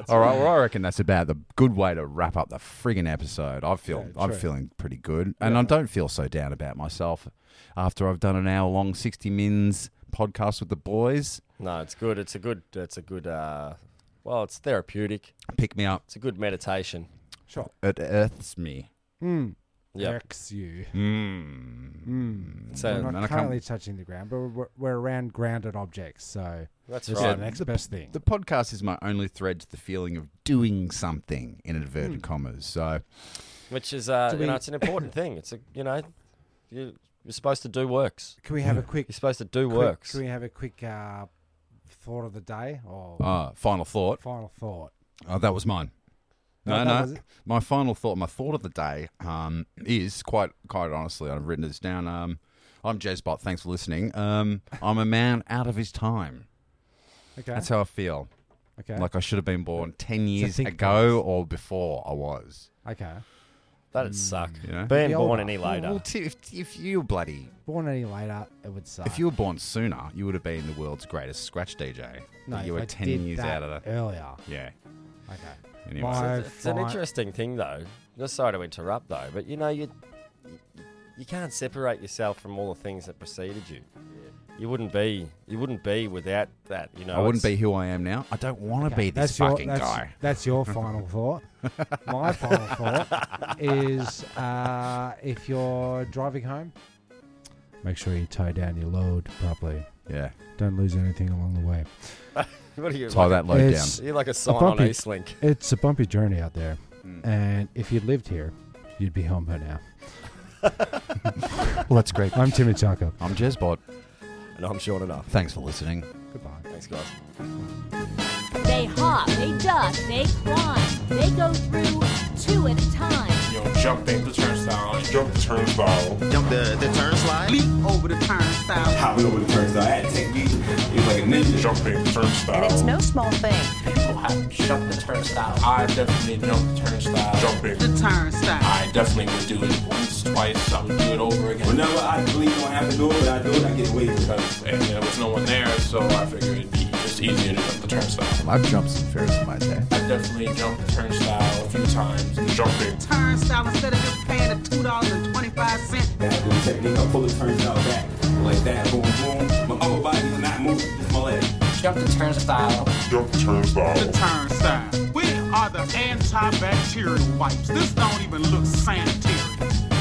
All right. Well, I reckon that's about the good way to wrap up the friggin' episode. I feel Yeah, I'm true. feeling pretty good, and I don't feel so down about myself after I've done an hour long sixty mins podcast with the boys. No, it's good. It's a good. It's a good. Uh, well, it's therapeutic. Pick me up. It's a good meditation. Sure. It earths me. Mm. Yeah. X you. Mm. Mm. So- we're And I not can't- currently touching the ground, but we're, we're around grounded objects, so That's it's right. the next best thing. The podcast is my only thread to the feeling of doing something in inverted commas. So Which is, uh, Do you know, we- it's an important thing. It's a, you know, you, you're supposed to do works. Can we have a quick, You're supposed to do quick- works. Can we have a quick uh, thought of the day or uh, final thought. final thought? Oh, that was mine. No, No, no. that was it. My final thought, my thought of the day um, is quite, quite honestly, I've written this down. Um, I'm Jezbot. Thanks for listening. Um, I'm a man out of his time. Okay. That's how I feel. okay. Like I should have been born ten years think ago piece. or before I was. okay. mm, That'd suck. You know? Being Be born older. any Well, later. t- if, if you were bloody, Born any later, it would suck. if you were born sooner, you would have been the world's greatest scratch DJ. no, But if you were I ten did years out that of the. earlier. Yeah. Okay. Anyway. My It's, it's an fi- interesting thing, though. Just sorry to interrupt, though, but you know, you, you you can't separate yourself from all the things that preceded you. You wouldn't be, you wouldn't be without that. You know, I wouldn't It's- be who I am now. I don't want to Okay, be this fucking your, that's, guy. That's your final thought. My final thought is uh, if you're driving home, make sure you tie down your load properly. Yeah. Don't lose anything along the way. What are you? Tie Like, that load down. It's- you're like a sign on bumpy. Eastlink. It's a bumpy journey out there, Mm. and if you'd lived here, you'd be home by now. Well, that's great. I'm Timmy Chaka. I'm Jezbot. And I'm short enough. Thanks for listening. Goodbye. Thanks, guys. They hop, they duck, they climb, they go through two at a time. You know, jump the turnstile. Jump the turnstile. Jump the, the turnstile. over the turnstile. Hop over the turnstile. I had to take me. It was like a ninja. Jump the turnstile. And it's no small thing. People have jumped the turnstile. I definitely jumped the turnstile. Jumping the turnstile. I definitely would do it once, twice. I would do it over again. Whenever I believe I have to do it, I do it. I get away because and there was no one there, so I figured it'd be just easier to jump the turnstile. I've jumped some ferrets in my day. I definitely jumped the turnstile a few times. Jumping. Turnstile instead of just paying a two dollars and twenty-five cent. That boom technique, I pull the turnstile back like that. Boom, boom. My upper body is not moving. It's my leg. Jump the turnstile. Jump the turnstile. Turnstile. We are the antibacterial wipes. This don't even look sanitary.